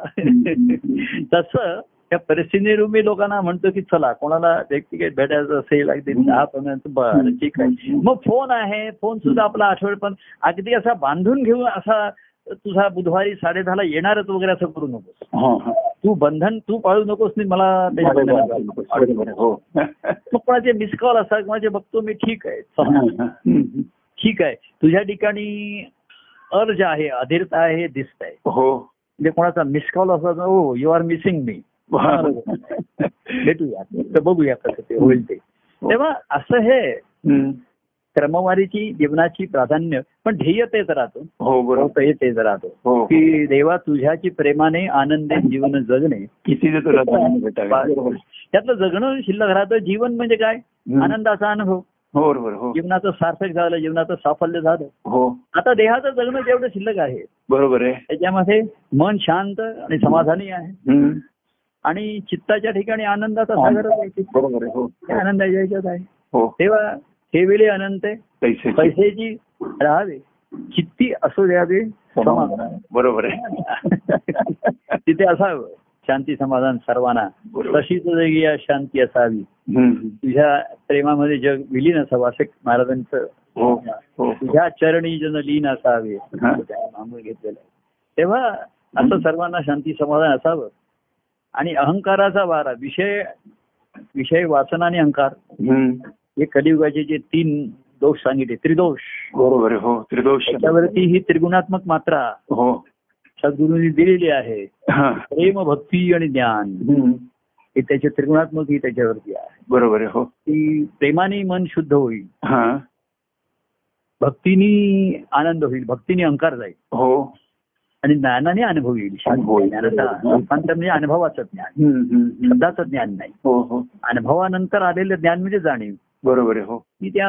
S2: तसं त्या परिस्थितीने मी लोकांना म्हणतो की चला कोणाला व्यक्तिगत भेटायचं असेल अगदी दहा पंधरा बरं ठीक आहे मग फोन आहे फोन सुद्धा आपला आठवड पण अगदी असा बांधून घेऊन असा तुझा बुधवारी साडेदहाला येणारच वगैरे असं करू नकोस
S1: हा, हा.
S2: तू बंधन तू पाळू नकोस मी मला त्याच्या बंधनात घालू नकोस.
S1: बरोबर आहे, हो
S2: मग कोणाचे मिस कॉल असतात कोणाचे बघतो मी ठीक आहे चला,
S1: हम्म.
S2: ठीक आहे तुझ्या ठिकाणी अर्ज आहे अधीरता आहे दिसत आहे
S1: हो
S2: म्हणजे कोणाचा मिस कॉल असला तर, "Oh, oh you are missing मी भेटूया तर बघूया कसं ते होईल ते
S1: हो.
S2: तेव्हा असं हे
S1: हम्म.
S2: क्रमवारीची जीवनाची प्राधान्य पण ध्येय तेच राहतो
S1: हो बरोबर
S2: ते तेच राहतो
S1: हो
S2: की देवा तुझ्याची प्रेमाने आनंदे जीवन जगणे
S1: किती देतो बरोबर
S2: त्यातलं जगणं शिल्लक राहतं जीवन म्हणजे काय
S1: हम्म.
S2: आनंदाचा अनुभव
S1: हो बरोबर हो
S2: जीवनाचं सार्थक झालं जीवनाचं साफल्य झालं
S1: हो
S2: आता देहाचं जगणं जेवढं शिल्लक आहे
S1: बरोबर आहे
S2: त्याच्यामध्ये मन शांत आणि समाधानी आहे
S1: हम्म.
S2: आणि चित्ताच्या ठिकाणी आनंदाचा
S1: हो.
S2: सागर आहे.
S1: बरोबर आहे हो
S2: त्या आनंदाच्या ह्याच्यात आहे
S1: हो
S2: तेव्हा ठेविले अनंत आहे.
S1: पैसे
S2: पैसेची राहावे चित्ती असू द्यावे समाधान
S1: हो. बरोबर आहे
S2: [LAUGHS] तिथे असावं शांती समाधान सर्वांना
S1: बरोबर.
S2: तशीच जगी या शांती असावी
S1: हम्म.
S2: तुझ्या प्रेमामध्ये जग विलीन असावं असं महाराजांचं
S1: हो हो
S2: तुझ्या चरणी जन लीन असावे
S1: हा.
S2: मामूल घेतलेलं आहे तेव्हा असं सर्वांना शांती समाधान असावं आणि अहंकाराचा वारा विषय विषय वासना आणि अहंकार
S1: हम्म.
S2: हे कलियुगाचे जे तीन दोष सांगितले त्रिदोष
S1: बरोबर आहे हो त्रिदोष
S2: त्याच्यावरती ही त्रिगुणात्मक मात्रा
S1: हो
S2: सद्गुरूंनी दिलेली आहे
S1: हा.
S2: प्रेम भक्ती आणि ज्ञान
S1: हम्म.
S2: हे त्याचे त्रिगुणात्मक ही त्याच्यावरती आहे
S1: बरोबर आहे हो
S2: की प्रेमाने मन शुद्ध होईल
S1: हा
S2: भक्तीनी आनंद होईल भक्तीने अहंकार जाईल
S1: हो
S2: आणि ज्ञानाने अनुभव येईल
S1: अनुभव येईल.
S2: ज्ञानाचा रूपांतर म्हणजे अनुभवाचं ज्ञान
S1: हम्म, हम्म, हम्म.
S2: शब्दाचं ज्ञान नाही
S1: हो हो
S2: अनुभवानंतर आलेलं ज्ञान म्हणजे जाणीव
S1: बरोबर आहे हो
S2: ती त्या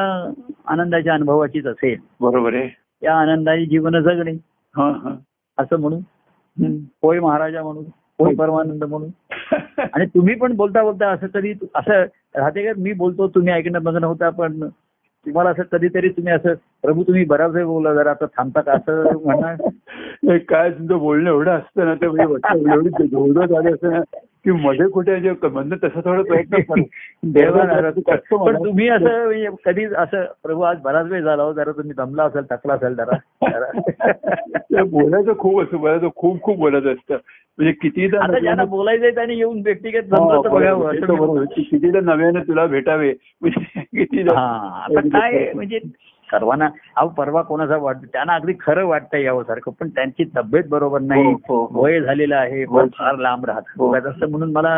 S2: आनंदाच्या अनुभवाचीच असेल
S1: बरोबर आहे
S2: त्या आनंदाने जीवन जगणे
S1: हा हा
S2: असं म्हणून
S1: हम्म.
S2: होय महाराजा म्हणून होय परमानंद म्हणून आणि तुम्ही पण बोलता बोलता असं कधी असं राहते का मी बोलतो तुम्ही ऐकणं बघणं होता पण तुम्हाला असं कधीतरी तुम्ही असं प्रभू तुम्ही बराच वेळ बोलला जरा आता थांबता का असं म्हणणार
S1: [LAUGHS] नाही, काय तुमचं बोलणं एवढं असतं ना ते म्हणजे वाटतं एवढी धोरडं झालं असतं ना की मध्ये कुठे जे म्हणणं तसा थोडा
S2: [LAUGHS]
S1: प्रयत्न [LAUGHS] कर.
S2: देवा नाराज.
S1: कष्ट
S2: पण
S1: मला.
S2: तुम्ही असं म्हणजे कधी असं प्रभू आज बराच वेळ झाला हो जरा तुम्ही दमला असेल थकला असेल जरा
S1: [LAUGHS] ते
S2: जरा.
S1: बोलायचं खूप असतं बोलायचं खूप खूप बोलायचं असतं म्हणजे कितीदा
S2: आता ज्यांना
S1: नव्यानं-
S2: बोलायचंय त्यांनी येऊन व्यक्तिगत जमलं तर बघावं
S1: हो,
S2: असं
S1: ते तर
S2: मी
S1: बरोबर.
S2: म्हणतो.
S1: की कितीदा नव्याने तुला भेटावे म्हणजे कितीदा
S2: हा आता काय म्हणजे सर्वांना अहो परवा कोणाचा वाटतो त्यांना अगदी खरं वाटतं यावं सारखं पण त्यांची तब्येत बरोबर नाही
S1: हो, हो, हो.
S2: वय झालेलं आहे
S1: हो.
S2: मन फार लांब राहत
S1: हो.
S2: असं म्हणून मला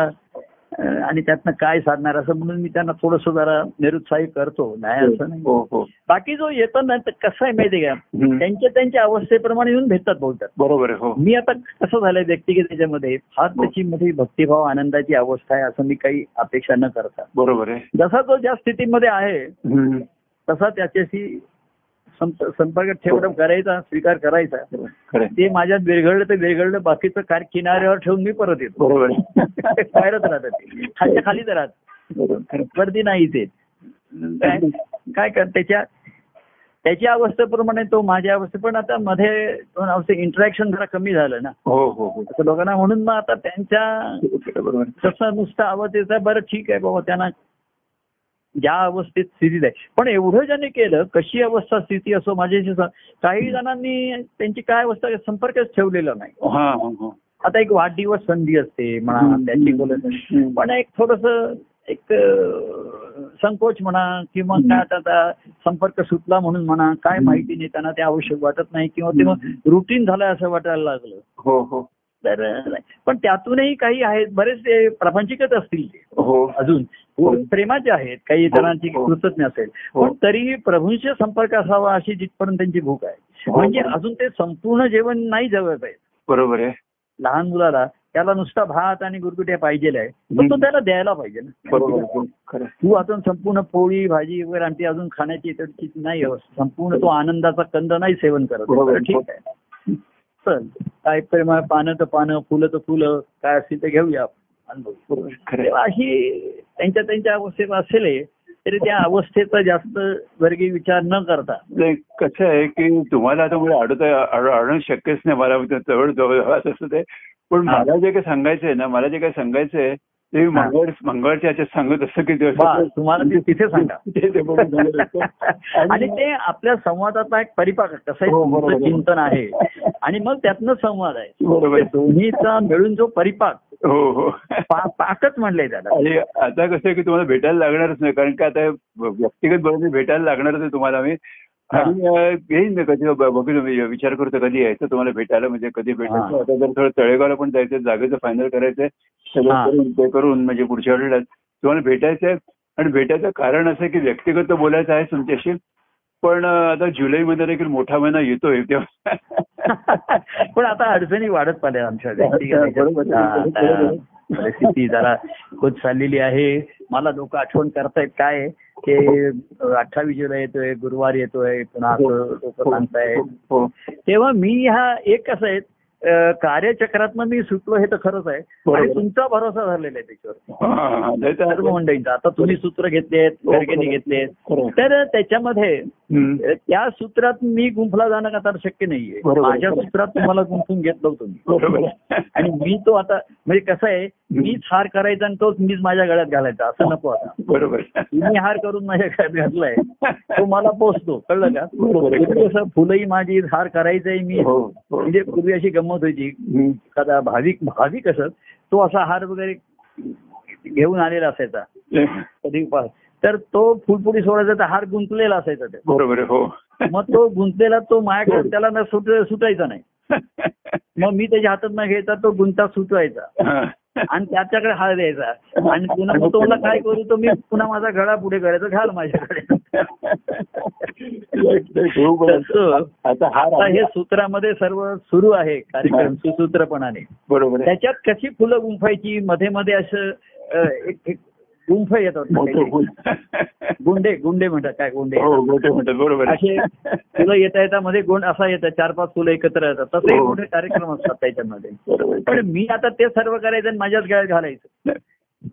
S2: अं, आणि त्यातनं काय साधणार असं म्हणून मी त्यांना थोडस जरा निरुत्साही करतो नाही असं नाही
S1: हो हो
S2: बाकी जो येतो ना तर कसं आहे माहितीये का
S1: हम्म.
S2: त्यांच्या त्यांच्या अवस्थेप्रमाणे येऊन भेटतात बोलतात
S1: बरोबर आहे हो
S2: मी आता कसं झालंय व्यक्तिगत याच्यामध्ये फार त्याची मोठी भक्तिभाव आनंदाची अवस्था आहे असं मी काही अपेक्षा न करता
S1: बरोबर आहे
S2: जसा तो ज्या स्थितीमध्ये आहे
S1: हम्म.
S2: तसा त्याच्याशी संप- संपर्क ठेवणं करायचा स्वीकार करायचा
S1: खरं आहे.
S2: ते माझ्यात विरघळलं तर विरघळलं बाकीचं कार किनाऱ्यावर ठेवून मी परत येतो [LAUGHS]
S1: बरोबर आहे.
S2: बाहेरच राहतात ते. खालच्या खाली तर राहत
S1: बरोबर. खरं आहे.
S2: गर्दी नाही ते काय काय कर त्याच्या त्याच्या अवस्थेप्रमाणे तो माझ्या अवस्थे पण आता मध्ये दोन अवस्थे इंटरॅक्शन जरा कमी झालं ना
S1: हो हो हो
S2: असं लोकांना म्हणून मग आता त्यांच्या
S1: बरोबर आहे.
S2: जसा नुसता आवाज यायचा बरं ठीक आहे बाबा त्यांना ज्या अवस्थेत स्थितीत आहे पण एवढं ज्याने केलं कशी अवस्था स्थिती असो माझ्याशी स- काही जणांनी त्यांची काय अवस्था आहे, संपर्कच ठेवलेला नाही
S1: हा हा हा
S2: आता एक वाढदिवस संधी असते म्हणा
S1: हम्म.
S2: त्याची बोलत
S1: हम्म.
S2: पण एक थोडस एक अं, संकोच म्हणा किंवा काय आता आता संपर्क सुटला म्हणून म्हणा काय
S1: हम्म.
S2: माहिती नाही त्यांना ते आवश्यक वाटत नाही किंवा ते मग
S1: हम्म.
S2: रुटीन झालं असं वाटायला लागलं
S1: हो हो
S2: तर अं, पण त्यातूनही काही आहेत बरेच ते प्रापंचिकच असतील ते
S1: हो
S2: अजून
S1: हो.
S2: प्रेमाचे आहेत काही
S1: हो.
S2: जणांची
S1: हो.
S2: कृतज्ञ असेल
S1: हो.
S2: पण तरीही प्रभूंशी संपर्क असावा अशी जिथपर्यंत त्यांची भूक आहे
S1: हो.
S2: म्हणजे अजून ते संपूर्ण जेवण नाही जवळ पाहिजे
S1: बरोबर आहे
S2: लहान मुलाला त्याला नुसता भात आणि गुरगुट्या पाहिजे आहे पण तो
S1: हम्म.
S2: त्याला द्यायला पाहिजे ना
S1: बरोबर हो. खरं
S2: तू अजून संपूर्ण पोळी भाजी वगैरे आमटी अजून खाण्याची इतरची नाही आहे. संपूर्ण तो आनंदाचा कंद नाही सेवन करत
S1: बरोबर.
S2: बरं, ठीक आहे चल काय प्रेम पानं तर पानं फुलं तर फुलं काय असतील ते घेऊया आपण. अनुभव
S1: बरोबर खरं
S2: तेव्हा ही त्यांच्या त्यांच्या अवस्थेत असले तरी त्या अवस्थेचा जास्त वर्गीय विचार न करता
S1: नाही, कसं आहे की तुम्हाला आता मला अडवता अड- अडवणं शक्यच नाही मला म्हणजे जवळ जवळ जवळ असं ते पण
S2: हा.
S1: मला जे काही सांगायचंय ना मला जे काही सांगायचंय ते मी
S2: हा.
S1: मंगळ मंगळच्या याच्यात सांगत असं की
S2: वा, तुम्हाला ते तिथे सांगा.
S1: [LAUGHS] ते- ते बघून
S2: [LAUGHS]
S1: सांगत असतो.
S2: आणि ते आपल्या संवादाचा एक परिपाक कसं
S1: हो, बरोबर.
S2: चिंतन आहे आणि मग त्यातनं संवाद आहे
S1: बरोबर.
S2: ते दोन्हीचा मिळून जो परिपाक
S1: हो हो
S2: पा- पाकच म्हणलंय
S1: [LAUGHS]
S2: त्याला
S1: आणि आता कसं आहे की तुम्हाला भेटायला लागणारच नाही कारण का आता व्यक्तिगत बरोबर भेटायला लागणारच आहे तुम्हाला मी
S2: हा.
S1: आणि अं, येईन मी कधी ब- बघू मी विचार करतो कधी यायचं तुम्हाला भेटायला म्हणजे कधी भेटायचं
S2: हा.
S1: आता जर थोडं तळेगावला पण जायचं जागेचं फायनल करायचंय सगळं
S2: हा.
S1: करून ते करून म्हणजे पुढच्या आठवड्यात तुम्हाला भेटायचंय आणि भेटायचं कारण असं आहे की व्यक्तिगत तर बोलायचं आहे तुमच्याशी पण अं, आता जुलै मध्ये देखील मोठा महिना येतोय तेव्हा
S2: पण आता अडचणी वाढत पाहिल्या आमच्या व्यक्तिगत
S1: बरोबर.
S2: ह्याच्यात. हा, आता परिस्थिती जरा खूप चाललेली आहे मला लोक आठवण करतायत काय आहे की अठ्ठावीस जुलै येतोय गुरुवार येतोय पुन्हा असं लोक सांगतायत
S1: हो
S2: तेव्हा मी हा एक कसं आहे अं, कार्यचक्रातनं मी सुटलो हे तर खरंच आहे
S1: बरोबर.
S2: आणि तुमचा भरोसा झालेला आहे त्याच्यावर
S1: हा, हा. नाही तर-
S2: सर्व मंडळींचा आता तुम्ही सूत्र घेतलेत
S1: हो,
S2: गर्गेनी
S1: बरोबर.
S2: घेतलेत
S1: खरं.
S2: तर त्याच्यामध्ये
S1: हम्म.
S2: अं, त्या सूत्रात मी गुंफला जाणं का तर शक्य नाहीये
S1: बरोबर.
S2: माझ्या सूत्रात तुम्हाला गुंफून घेतलं होतं मी
S1: बरोबर
S2: आणि मी तो आता म्हणजे कसं आहे मीच हार करायचा आणि तोच मीच माझ्या गळ्यात घालायचा
S1: हो.
S2: असं नको आता
S1: बरोबर
S2: तुम्ही हार करून माझ्या गळ्यात घातलाय तो मला पोचतो कळलं का
S1: बरोबर आहे.
S2: पूर्वी कसं फुलंही माझी हार करायचंही मी
S1: हो, हो.
S2: म्हणजे पूर्वी अशी गंमत व्हायची
S1: हम्म.
S2: एखादा भाविक भाविक असत तो असा हार वगैरे घेऊन आलेला असायचा कधी उपास तर तो फुलपुडी सोडायचा तर हार गुंतलेला असायचा ते
S1: बरोबर आहे, हो
S2: मग तो गुंतलेला तो माझ्याकडे त्याला न सुट सुटायचा नाही मग मी त्याच्या हातात न घ्यायचा तो गुंता सुटवायचा
S1: हा.
S2: आणि त्याच्याकडे हार द्यायचा आणि पुन्हा मग तो म्हणला, काय करू तर मी पुन्हा माझा गळा पुढे करायचा घाल माझ्याकडे
S1: नाही, नाही, बरोबर आहे.
S2: तसं
S1: आता हार
S2: आता हे
S1: आहे.
S2: सूत्रामध्ये सर्व सुरू आहे कार्यक्रम सुसूत्रपणाने
S1: बरोबर आहे.
S2: त्याच्यात कशी फुलं गुंफायची मध्ये मध्ये असं अ, एक एक गुंफ येतात ना
S1: मोठं
S2: काहीतरी.
S1: फुल.
S2: गुंडे गुंडे म्हणतात काय गुंडे
S1: हो मोठे म्हणतात बरोबर आहे.
S2: असे फुलं येता येता मध्ये गुण असा येतात चार पाच फुलं एकत्र येतात तसे
S1: हो.
S2: मोठे कार्यक्रम असतात त्याच्यामध्ये
S1: बरोबर आहे.
S2: पण मी आता ते सर्व करायचं आणि माझ्याच गळ्यात घालायचं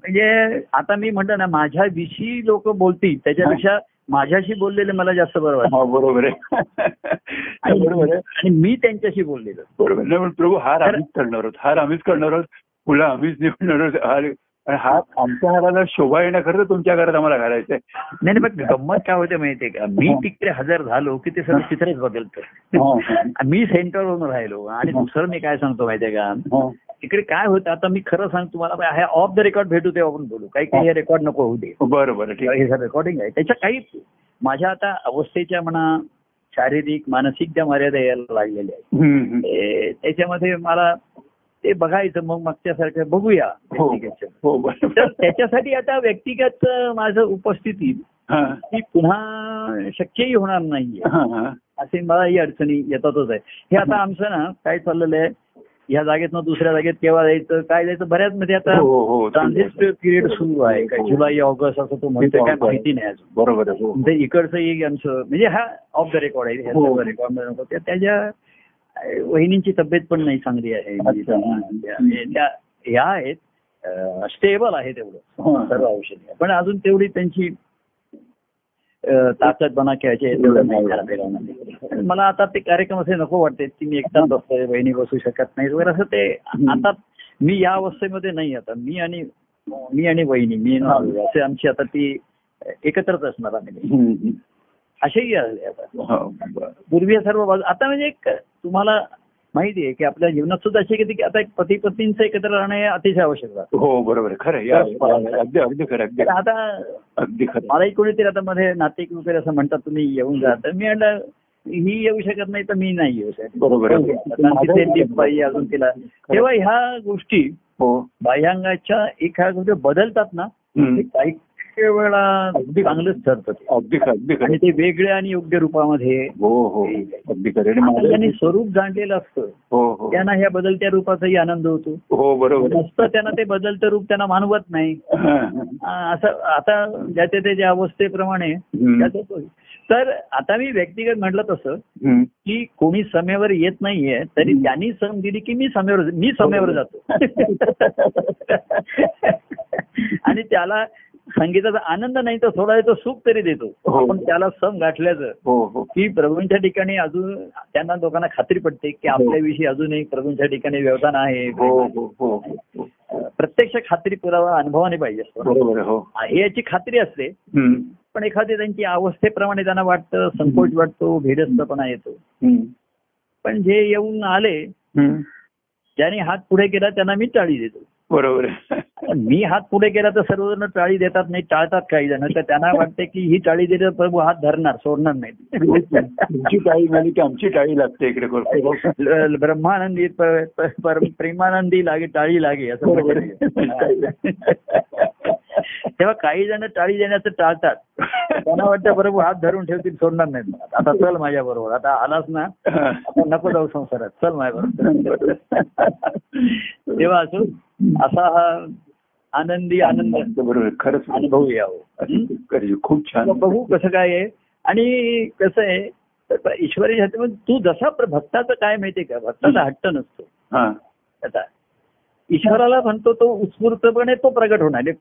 S2: म्हणजे आता मी म्हणतो ना माझ्याविषयी लोक बोलतील त्याच्यापेक्षा माझ्याशी बोललेले मला जास्त बरं वाटतं
S1: हा, बरोबर आहे
S2: आणि-
S1: बरोबर आहे
S2: आणि मी त्यांच्याशी बोललेलो
S1: बरोबर नाही पण प्रभू हार आम्हीच करणार आहोत हार आम्हीच करणार आहोत फुलं आम्हीच निवडणार आहोत हार आणि हार आमच्या हाराला शोभा येण्याकरता तुमच्या घरात आम्हाला घालायचं आहे
S2: नाही नाही, पण गंमत काय होते माहितीये का मी तिकडे हजर झालो की ते सगळं चित्रच
S1: हा.
S2: बदलतं मी सेंटरवरून राहिलो आणि दुसरं मी काय सांगतो माहितीये का
S1: हो.
S2: तिकडे काय होतं आता मी खरं सांगतो तुम्हाला हे ऑफ द रेकॉर्ड भेटू तेव्हा आपण बोलू काही काही रेकॉर्ड नको होऊ दे
S1: बरं बरं ठीक आहे
S2: हे रेकॉर्डिंग आहे त्याच्या काही माझ्या आता अवस्थेच्या म्हणा शारीरिक मानसिक ज्या मर्यादा यायला लागलेल्या आहेत
S1: हम्म, हम्म.
S2: ते- त्याच्यामध्ये मला ते बघायचं मग मागच्यासारखं बघूया
S1: हो
S2: व्यक्तिगतच्या.
S1: हो बरोबर
S2: तर त्याच्यासाठी आता व्यक्तिगत अं, माझं उपस्थिती
S1: हा,
S2: ती पुन्हा शक्यही होणार नाहीये
S1: हा, हा.
S2: असे मला ही अडचणी येतातच आहे हे आता आमचं ना काय चाललेलं आहे या जागेतनं दुसऱ्या जागेत केव्हा जायचं काय जायचं बऱ्याच मध्ये आता
S1: हो, हो, हो.
S2: ट्रान्झिट पिरियड सुरू आहे काय जुलै ऑगस्ट असं तो म्हणतोय काय माहिती नाही अजून
S1: बरोबर आहे, हो.
S2: ते इकडचं एक आमचं म्हणजे हा ऑफ द रेकॉर्ड आहे
S1: हो.
S2: ह्या रेकॉर्ड मध्ये नको त्या- त्याच्या अं, वहिनींची तब्येत पण नाही चांगली आहे म्हणजे
S1: अच्छा.
S2: त्या- म्हणजे त्या ह्या आहेत स्टेबल आहे
S1: हा.
S2: तेवढं सर्व औषधी पण अजून तेवढी त्यांची अं, ताकद म्हणा खेळायची आहे तेवढं नाही घरात येण्यामध्ये. आणि मला आता ते कार्यक्रम असे नको वाटते की मी एकटाच बसतोय बहिणी बसू शकत नाही वगैरे असं ते आता मी या अवस्थेमध्ये नाही आता मी आणि मी आणि वहिनी मी आणि भाऊ असे आमची आता ती एकत्रच असणार आम्ही नेहमी.
S1: हम्म, हम्म.
S2: असेही आले आता
S1: हो, बरं.
S2: पूर्वी या सर्व बाजू आता म्हणजे एक तुम्हाला माहिती आहे की आपल्या जीवनात सुद्धा अशी किती की आता एक पती पत्नींचं एकत्र राहणं हे अतिशय आवश्यक आहे
S1: हो बरोबर आहे. खरं आहे. या- अगदी अगदी खरं अगदी
S2: तर आता
S1: अगदी खरं
S2: मलाही कोणीतरी आता मध्ये नातेक वगैरे असं म्हणतात तुम्ही येऊन जा तर मी म्हणलं ही येऊ शकत नाही तर मी नाही येऊ शकत
S1: बरोबर आहे.
S2: कारण तिथे ती बाई अजून तिला तेव्हा ह्या गोष्टी
S1: हो
S2: बाह्यांगाच्या एखाद्या गोष्टी बदलतात ना
S1: हम्म.
S2: ते काही वेळा अगदी चांगलंच ठरतं ते.
S1: अगदी खरं, अगदी खरं.
S2: आणि ते वेगळ्या आणि योग्य रूपामध्ये
S1: हो हो अगदी खरं आणि
S2: आता
S1: मला-
S2: ज्यांनी स्वरूप जाणलेलं असतं
S1: हो हो
S2: त्यांना ह्या बदलत्या रूपाचाही आनंद होतो
S1: हो बरोबर आहे.
S2: नुसतं त्यांना ते बदलतं रूप त्यांना मानवत नाही
S1: हा, हा.
S2: आ, असं आता ज्याच्या त्याच्या अवस्थेप्रमाणे
S1: हम्म,
S2: त्याचं तो- तर आता मी व्यक्तिगत म्हटलं तसं
S1: हम्म.
S2: की कोणी समेवर येत नाहीये तरी
S1: हम्म. हो.
S2: त्यांनी सम दिली की मी समेवर मी समेवर जातो [LAUGHS] आणि त्याला संगीताचा आनंद नाही तर थोडा तो सुख तरी देतो
S1: हो.
S2: आपण त्याला सम गाठल्याचं
S1: हो हो
S2: की प्रभूंच्या ठिकाणी अजून त्यांना लोकांना खात्री पडते की
S1: हो.
S2: आपल्याविषयी अजूनही प्रभूंच्या ठिकाणी व्यवधान आहे
S1: हो हो हो हो.
S2: प्रत्यक्ष खात्री पुरावा अनुभवाने पाहिजे असतो
S1: बरोबर आहे, हो
S2: हे याची खात्री असते
S1: हम्म,
S2: पण एखादी त्यांची अवस्थेप्रमाणे त्यांना वाटतं संकोच वाटतो भेदस्थपणा येतो
S1: हम्म,
S2: पण जे येऊन आले
S1: हम्म.
S2: ज्यांनी हात पुढे केला त्यांना मी टाळी देतो
S1: बरोबर आहे.
S2: आता मी हात पुढे केला तर सर्वजण टाळी देतात नाही टाळतात काही जण तर त्यांना वाटते की ही टाळी दिली तर प्रभू हात धरणार सोडणार
S1: तुमची
S2: नाही
S1: टाळी झाली की आमची टाळी लागते इकडे
S2: हो,
S1: कोर्टात.
S2: ल- [LAUGHS] ब्रह्मानंदी प- प- परम- प्रेमानंदी लागे टाळी लागे असं
S1: बरोबर
S2: म्हटलेलं आहे. तेव्हा काही जण टाळी देण्याचं टाळतात त्यांना वाटतं प्रभू हात धरून ठेवतील सोडणार नाही आता चल माझ्या बरोबर आता आलास ना आता हो, नको जाऊ संसारात चल माझ्या बरोबर तेव्हा असो असा हा आनंदी आनंद
S1: बरोबर आहे, खरंच म्हणजे
S2: अनुभव यावं हं?
S1: खरंच, खूप छान
S2: हो. मग बघू कसं काय आहे आणि कसं आहे तर ईश्वरी जाते मग तू जसा प्र- भक्ताचं काय माहितीये का भक्ताचा हट्ट नसतो
S1: हा
S2: आता ईश्वराला म्हणतो तो उत्स्फूर्तपणे तो प्रगट होणार म्हणजे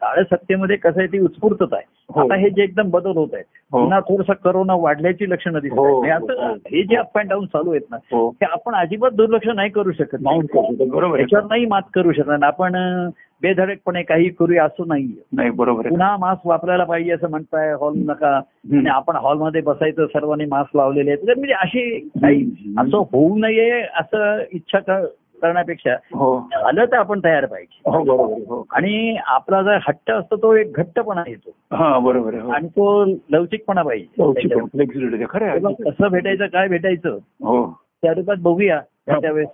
S2: काळ सत्तेमध्ये कसं आहे ती उत्स्फूर्तता आहे
S1: हो.
S2: आता हे जे एकदम बदल होत आहेत
S1: हो.
S2: पुन्हा थोडसा करोना वाढल्याची लक्षणं दिसत
S1: हो,
S2: आहेत. हे
S1: हो, हो.
S2: असं- हे जे अप अँड डाऊन चालू आहेत ना
S1: हो
S2: हे आपण अजिबात दुर्लक्ष नाही करू शकत
S1: नाही करू शकत, बरोबर आहे.
S2: त्याच्यावर नाही मात करू शकणार आपण अं, बेधडकपणे काही करूया असं नाहीये
S1: नाही बरोबर आहे
S2: पुन्हा मास्क वापरायला पाहिजे असं म्हणताय हॉल नका आणि आपण हॉलमध्ये बसायचं सर्वांनी मास्क लावलेले आहेत तर म्हणजे अशी काही असं होऊ नये असं इच्छा क- करण्यापेक्षा
S1: हो
S2: झालं तर आपण तयार पाहिजे
S1: हो बरोबर आहे, हो
S2: आणि आपला जो हट्ट असतो तो एक घट्टपणा येतो
S1: हा बरोबर आहे, हो.
S2: आणि तो लवचिकपणा पाहिजे
S1: लवचिक
S2: त्याच्यामध्ये.
S1: आहे, flexibility आहे, खरं
S2: तेव्हा
S1: आहे.
S2: कसं भेटायचं काय भेटायचं
S1: हो
S2: त्या रूपात बघूया त्यावेळेस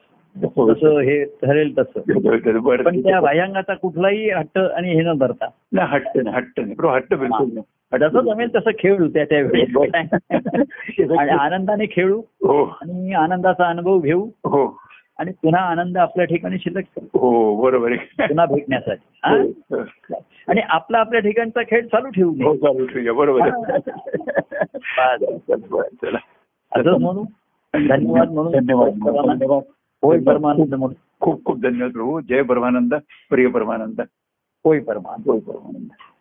S1: हो.
S2: जसं हे ठरेल तसं
S1: बरं.
S2: हो. पण त्या भायंगाचा कुठलाही हट्ट आणि हे न धरता
S1: नाही, हट्ट नाही हट्ट नाही बरोबर हट्ट बिलकुल नाही [LAUGHS]
S2: जसं जमेल तसं खेळू त्या [LAUGHS] त्यावेळेस [LAUGHS] आणि आनंदाने खेळू
S1: हो
S2: आणि आनंदाचा अनुभव घेऊ
S1: हो
S2: आणि पुन्हा आनंद आपल्या ठिकाणी शिल्लक करू
S1: हो बरोबर आहे
S2: पुन्हा भेटण्यासाठी हा?
S1: हो, हो.
S2: आणि आपला आपल्या ठिकाणचा खेळ चालू ठेवू
S1: हो
S2: नये
S1: चालू ठेवूया बरोबर आहे.
S2: बस.
S1: बरं, चला
S2: असंच म्हणू धन्यवाद म्हणून
S1: धन्यवाद हो. धन्यवाद
S2: होय परमानंद म्हणून
S1: खूप खूप धन्यवाद प्रभू जय परमानंद प्रिय परमानंद
S2: होय परमानंद
S1: जय परमानंद